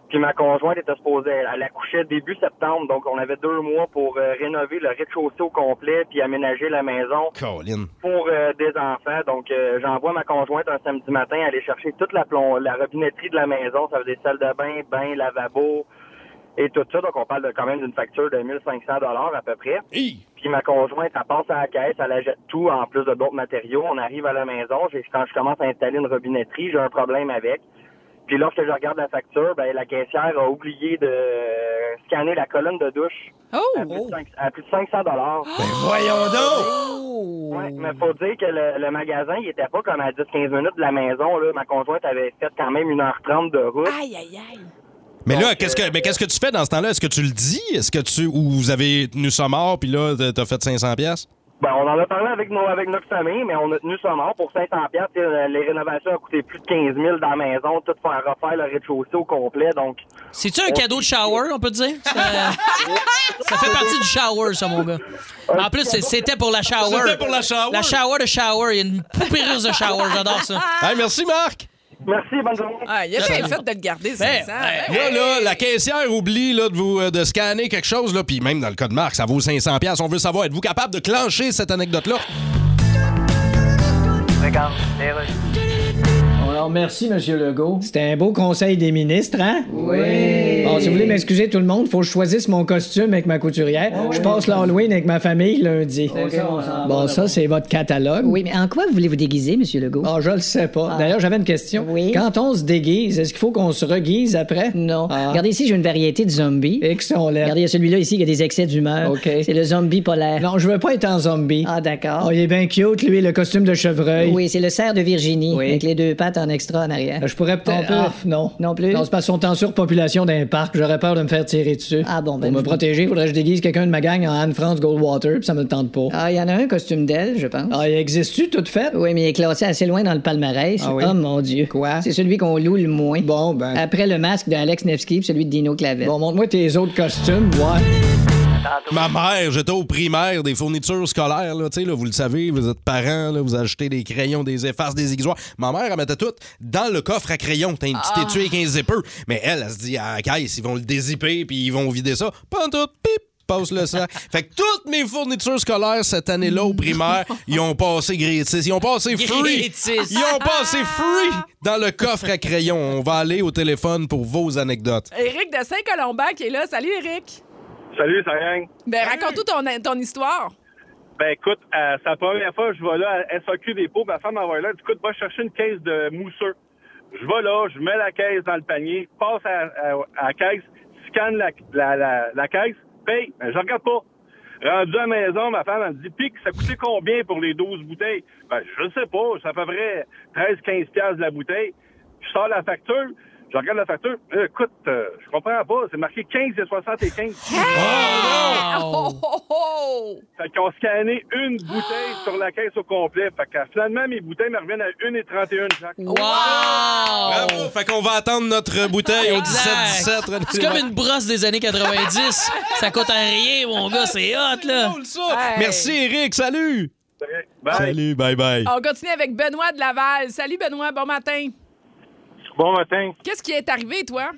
K: Puis ma conjointe était supposée, elle, elle accouchait début septembre. Donc, on avait deux mois pour euh, rénover le rez-de-chaussée au complet puis aménager la maison
E: Colin.
K: pour euh, des enfants. Donc, euh, j'envoie ma conjointe un samedi matin aller chercher toute la, plom- la robinetterie de la maison. Ça veut dire salle de bain, bain, lavabo et tout ça. Donc, on parle de, quand même d'une facture de 1500 à peu près. Puis ma conjointe, elle passe à la caisse, elle achète tout en plus de d'autres matériaux. On arrive à la maison. J'ai- Quand je commence à installer une robinetterie, j'ai un problème avec. Puis lorsque je regarde la facture, ben, la caissière a oublié de scanner la colonne de douche à, plus
G: Oh.
K: de 5 à plus de 500
E: Oh. Ben, voyons donc!
K: Oh. Ouais, mais faut dire que le, le magasin, il était pas comme à 10-15 minutes de la maison. Là. Ma conjointe avait fait quand même 1h30 de route.
G: Aïe, aïe, aïe.
E: Mais là, qu'est-ce que, mais qu'est-ce que tu fais dans ce temps-là? Est-ce que tu le dis? Est-ce que tu. Ou vous avez tenu ça mort, puis là, t'as- t'as fait 500$? piastres?
K: Ben, on en a parlé avec, nos, avec notre famille, mais on a tenu ça mort pour 500 piastres. Tu sais, euh, Les rénovations ont coûté plus de 15 000 dans la maison, tout faire refaire le rez-de-chaussée au complet. Donc,
F: C'est-tu un cadeau de shower, on peut dire? Ça, ça fait partie du shower, ça, mon gars. En plus, c'est- c'était pour la shower.
E: C'était pour la shower.
F: La shower de shower. Il y a une poupéruse de shower. J'adore ça.
E: Hey, merci, Marc!
K: Merci, bonne journée.
G: Ah, il a bien fait de le garder,
F: Ben,
G: hein? c'est
E: Là,
G: ça.
E: là, la caissière oublie là, de, vous, euh, de scanner quelque chose, là, puis même dans le cas de Marc, ça vaut 500$. piastres. On veut savoir, êtes-vous capable de clencher cette anecdote-là?
R: Regarde, Alors, merci, Monsieur Legault.
H: C'était un beau conseil des ministres, hein?
R: Oui.
H: Bon, si vous voulez m'excuser tout le monde, faut que je choisisse mon costume avec ma couturière. je passe l'Halloween avec ma famille lundi.
R: Ah C'est ça, on s'en
H: bon,
R: va
H: ça, c'est votre catalogue.
S: Oui, mais en quoi voulez-vous déguiser, Monsieur Legault?
H: Ah, je le sais pas. D'ailleurs, j'avais une question.
S: Oui.
H: Quand on se déguise, est-ce qu'il faut qu'on se reguise après? Ah. Non.
S: Regardez ici, j'ai une variété de zombies.
H: Et qui sont là.
S: Regardez, il y a celui-là ici qui a des excès d'humeur.
H: OK.
S: C'est le zombie polaire.
H: Non, je veux pas être en zombie.
S: Ah, d'accord.
H: Oh, il est bien cute, lui, le costume de chevreuil.
S: Oui, c'est le cerf de Virginie, avec les deux pattes en extra en arrière.
H: Je pourrais peut-être.
S: On peut-
H: Ah, non.
S: Non plus?
H: Non, c'est parce qu'on est en surpopulation d'un parc. J'aurais peur de me faire tirer dessus.
S: Ah bon, ben.
H: Pour me
S: je-
H: protéger, faudrait que je déguise quelqu'un de ma gang en Anne-France Goldwater, puis ça me le tente pas.
S: Ah, il y en a un costume d'elle, je pense.
H: Ah, il existe-tu, tout fait?
S: Oui, mais il est classé assez loin dans le palmarès.
H: Ah oui?
S: Oh mon Dieu.
H: Quoi?
S: C'est celui qu'on loue le moins.
H: Bon, ben.
S: Après le masque d'Alex Nevsky et celui de Dino Clavel.
H: Bon, montre-moi tes autres costumes, voir.
E: Ma mère, j'étais au primaire des fournitures scolaires, là, tu sais, là, vous le savez, vous êtes parents, là, vous achetez des crayons, des effaces, des aiguisoirs. Ma mère, elle mettait tout dans le coffre à crayons. T'as une petite étui avec un zipper. Mais elle, elle se dit, ah, caisse, ils vont le dézipper puis ils vont vider ça. Pas en tout, pip! Passe le sac. Fait que toutes mes fournitures scolaires cette année-là au primaire, ils ont passé gratis. Ils ont passé free.
F: Gratis.
E: Ils ont passé free dans le coffre à crayons. On va aller au téléphone pour vos anecdotes.
G: Éric de Saint-Colomban qui est là. Salut, Éric.
T: Salut, ça gagne.
G: Ben, raconte-nous ton, ton histoire.
T: Ben écoute, euh, c'est la première fois que je vais là à SAQ Dépôt. Ma femme envoie là. Elle dit, Écoute, va chercher une caisse de mousseux. Je vais là, je mets la caisse dans le panier, passe à, à- à la caisse, scanne la, la, la- la caisse, paye. Ben, je regarde pas. Rendu à la maison, ma femme, elle me dit, Pic, ça coûtait combien pour les 12 bouteilles? Ben, je sais pas, c'est à peu près 13-15 piastres de la bouteille. Je sors la facture, je regarde la facture. Euh, écoute, euh, je comprends pas, c'est marqué 15,75.
G: Oh, oh, oh.
T: Fait qu'on scannait une bouteille sur la caisse au complet. Fait que finalement, mes bouteilles me reviennent à 1,31 Jacques.
E: Bravo! Oh. Fait qu'on va attendre notre bouteille au 17-17. René
F: C'est comme une brosse des années 90. ça coûte à rien, mon gars. C'est hot, là.
E: Merci, Eric. Salut!
U: Ben,
E: Salut, bye bye.
G: On continue avec Benoît de Laval. Salut, Benoît. Bon matin.
U: Bon matin.
G: Qu'est-ce qui est arrivé, toi?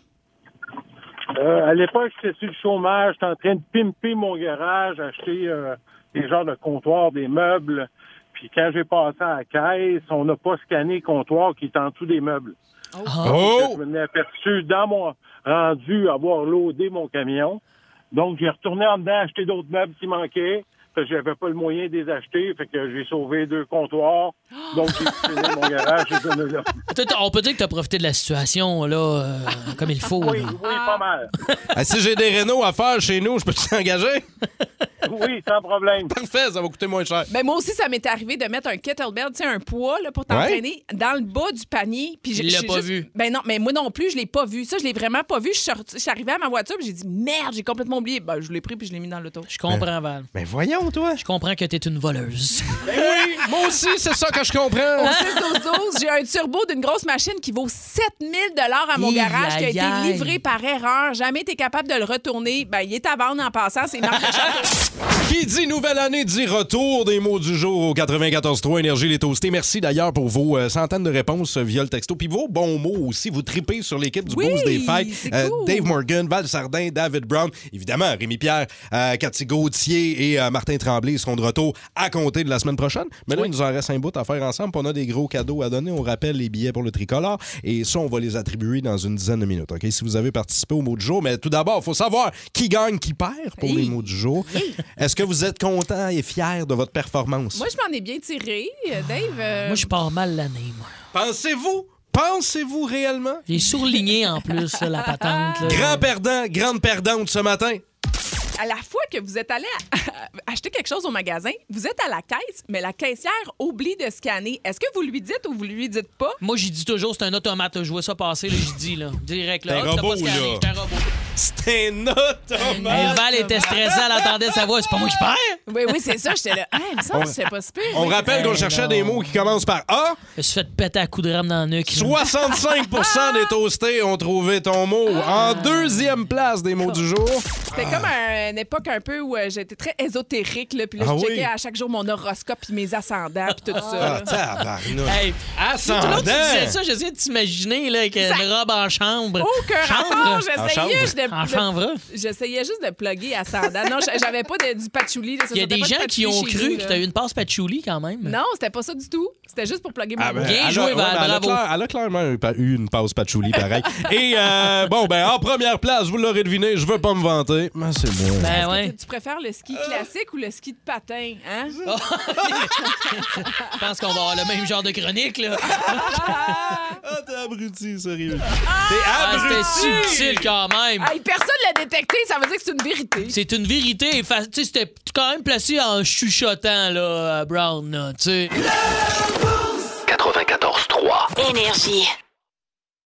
U: Euh, à l'époque, j'étais sur le chômage. J'étais en train de pimper mon garage, acheter euh, des genres de comptoirs, des meubles. Puis quand j'ai passé à la caisse, on n'a pas scanné le comptoir qui est en dessous des meubles.
E: Oh!
U: Donc, Je me l'ai aperçu dans mon rendu avoir loadé mon camion. Donc, j'ai retourné en dedans acheter d'autres meubles qui manquaient.
V: parce que j'avais pas le moyen de les acheter, fait que j'ai sauvé deux comptoirs. Donc, j'ai fini mon garage, j'ai donné là.
F: Toi, t'as- On peut dire que t'as profité de la situation, là, euh, comme il faut.
V: Oui, oui, pas mal.
E: Ah, si j'ai des rénaux à faire chez nous, je peux t'engager?
V: Oui, sans problème.
E: Parfait, ça va coûter moins cher.
G: Ben moi aussi, ça m'est arrivé de mettre un kettlebell, tu sais, un poids là, pour t'entraîner dans le bas du panier. Puis j'ai-
F: Il l'a
G: j'ai
F: pas
G: juste-
F: vu.
G: Ben non, mais moi non plus, je l'ai pas vu. Ça, je l'ai vraiment pas vu. Je suis sorti- je suis arrivée à ma voiture, puis j'ai dit merde, j'ai complètement oublié. Ben, je l'ai pris puis je l'ai mis dans l'auto.
F: Je comprends, Val.
E: Mais Ben, voyons, toi.
F: Je comprends que t'es une voleuse.
E: oui, moi aussi, c'est ça que je comprends.
G: Au 6-12-12, j'ai un turbo d'une grosse machine qui vaut 7000 à mon
F: Hi,
G: garage, qui a
F: aïe,
G: été
F: aïe.
G: livré par erreur. Jamais été capable de le retourner. Ben, il est à vendre en passant. C'est Marc Deschamps.
E: Qui dit nouvelle année dit retour des mots du jour au 94.3 Énergie Les Toastés. Merci d'ailleurs pour vos euh, centaines de réponses euh, via le texto. Puis vos bons mots aussi. Vous tripez sur l'équipe du
G: Oui,
E: Boost des Fêtes. Euh,
G: c'est cool.
E: Dave Morgan, Val Sardin, David Brown. Évidemment, Rémi Pierre, euh, Cathy Gauthier et euh, Martin Tremblay seront de retour à compter de la semaine prochaine. Mais là, il nous en reste un bout à faire ensemble. puis On a des gros cadeaux à donner. On rappelle les billets pour le tricolore. Et ça, on va les attribuer dans une dizaine de minutes. OK? Si vous avez participé au mot du jour. Mais tout d'abord, il faut savoir qui gagne, qui perd pour les mots du jour. Est-ce que vous êtes content et fier de votre performance?
G: moi, je m'en ai bien tiré, Dave. euh,
F: Moi, je pars mal l'année, moi.
E: Pensez-vous? Pensez-vous réellement?
F: J'ai surligné en plus là, la patente. là.
E: Grand perdant, grande perdante ce matin.
G: à la fois que vous êtes allé à- acheter quelque chose au magasin, vous êtes à la caisse, mais la caissière oublie de scanner. Est-ce que vous lui dites ou vous lui dites pas?
F: Moi, j'y dis toujours, c'est un automate. là. Je vois ça passer, là, j'y dis, là. Direct,
E: T'es
F: là.
E: un
F: Hop, t'as
E: robot,
F: pas scanné,
E: là.
F: j'étais un robot.
E: C'était un
F: Hey,
E: automate.
F: Val était stressée, elle entendait sa voix. C'est pas moi qui perds.
G: Oui, oui, c'est ça. J'étais là. Ah, il me semble que c'est pas super.
E: On rappelle qu'on cherchait des mots qui commencent par A.
F: Je me suis fait péter à coups de rame dans le nuque.
E: 65 des toastés ont trouvé ton mot. En deuxième place des mots du jour.
G: C'était comme un- une époque un peu où euh, j'étais très ésotérique. Là, puis là,
E: Ah
G: je
E: oui.
G: checkais à chaque jour mon horoscope puis mes ascendants puis tout
E: Ah,
G: ça. là.
E: tabarnouche.
F: Euh. Hey, tout
E: Ascendant.
F: le long que tu disais ça, j'essayais de t'imaginer là, avec
G: Ça-
F: une robe en chambre.
G: Aucun
F: Chanvre.
G: rapport.
E: En
G: J'essayais juste de,
F: En
G: de-
F: chanvre.
G: j'essayais juste de plugger ascendant. Non, j'a- j'avais pas de- du patchouli. là, ça
F: Il y a
G: sortait
F: des
G: pas de
F: gens qui
G: patchouli
F: ont
G: chez
F: cru
G: nous,
F: que
G: là.
F: t'as eu une passe patchouli quand même.
G: Non, c'était pas ça du tout. C'était juste pour plugger mon
E: Ah ben,
F: Bien
E: elle
F: joué,
E: a- ouais,
F: Val,
E: ben, elle a
F: bravo.
E: clair- Elle a clairement eu pa- eu une pause patchouli, pareil. Et euh, bon, ben, en première place, vous l'aurez deviné, je veux pas me vanter, mais c'est bon.
F: Ben
G: Est-ce que
F: ouais,
G: Tu préfères le
E: Ah.
G: ski classique ou le ski de patin, hein?
F: je pense qu'on va avoir le même genre de chronique là.
E: Ah, t'es abruti, sérieux.
F: Ah,
E: T'es
F: c'était subtil quand même.
G: Hey, personne l'a détecté, ça veut dire que c'est une vérité.
F: C'est une vérité. et fa- Tu sais, c'était quand même placé en chuchotant euh, là, à Brown là, tu sais.
I: 94.3.
B: Énergie.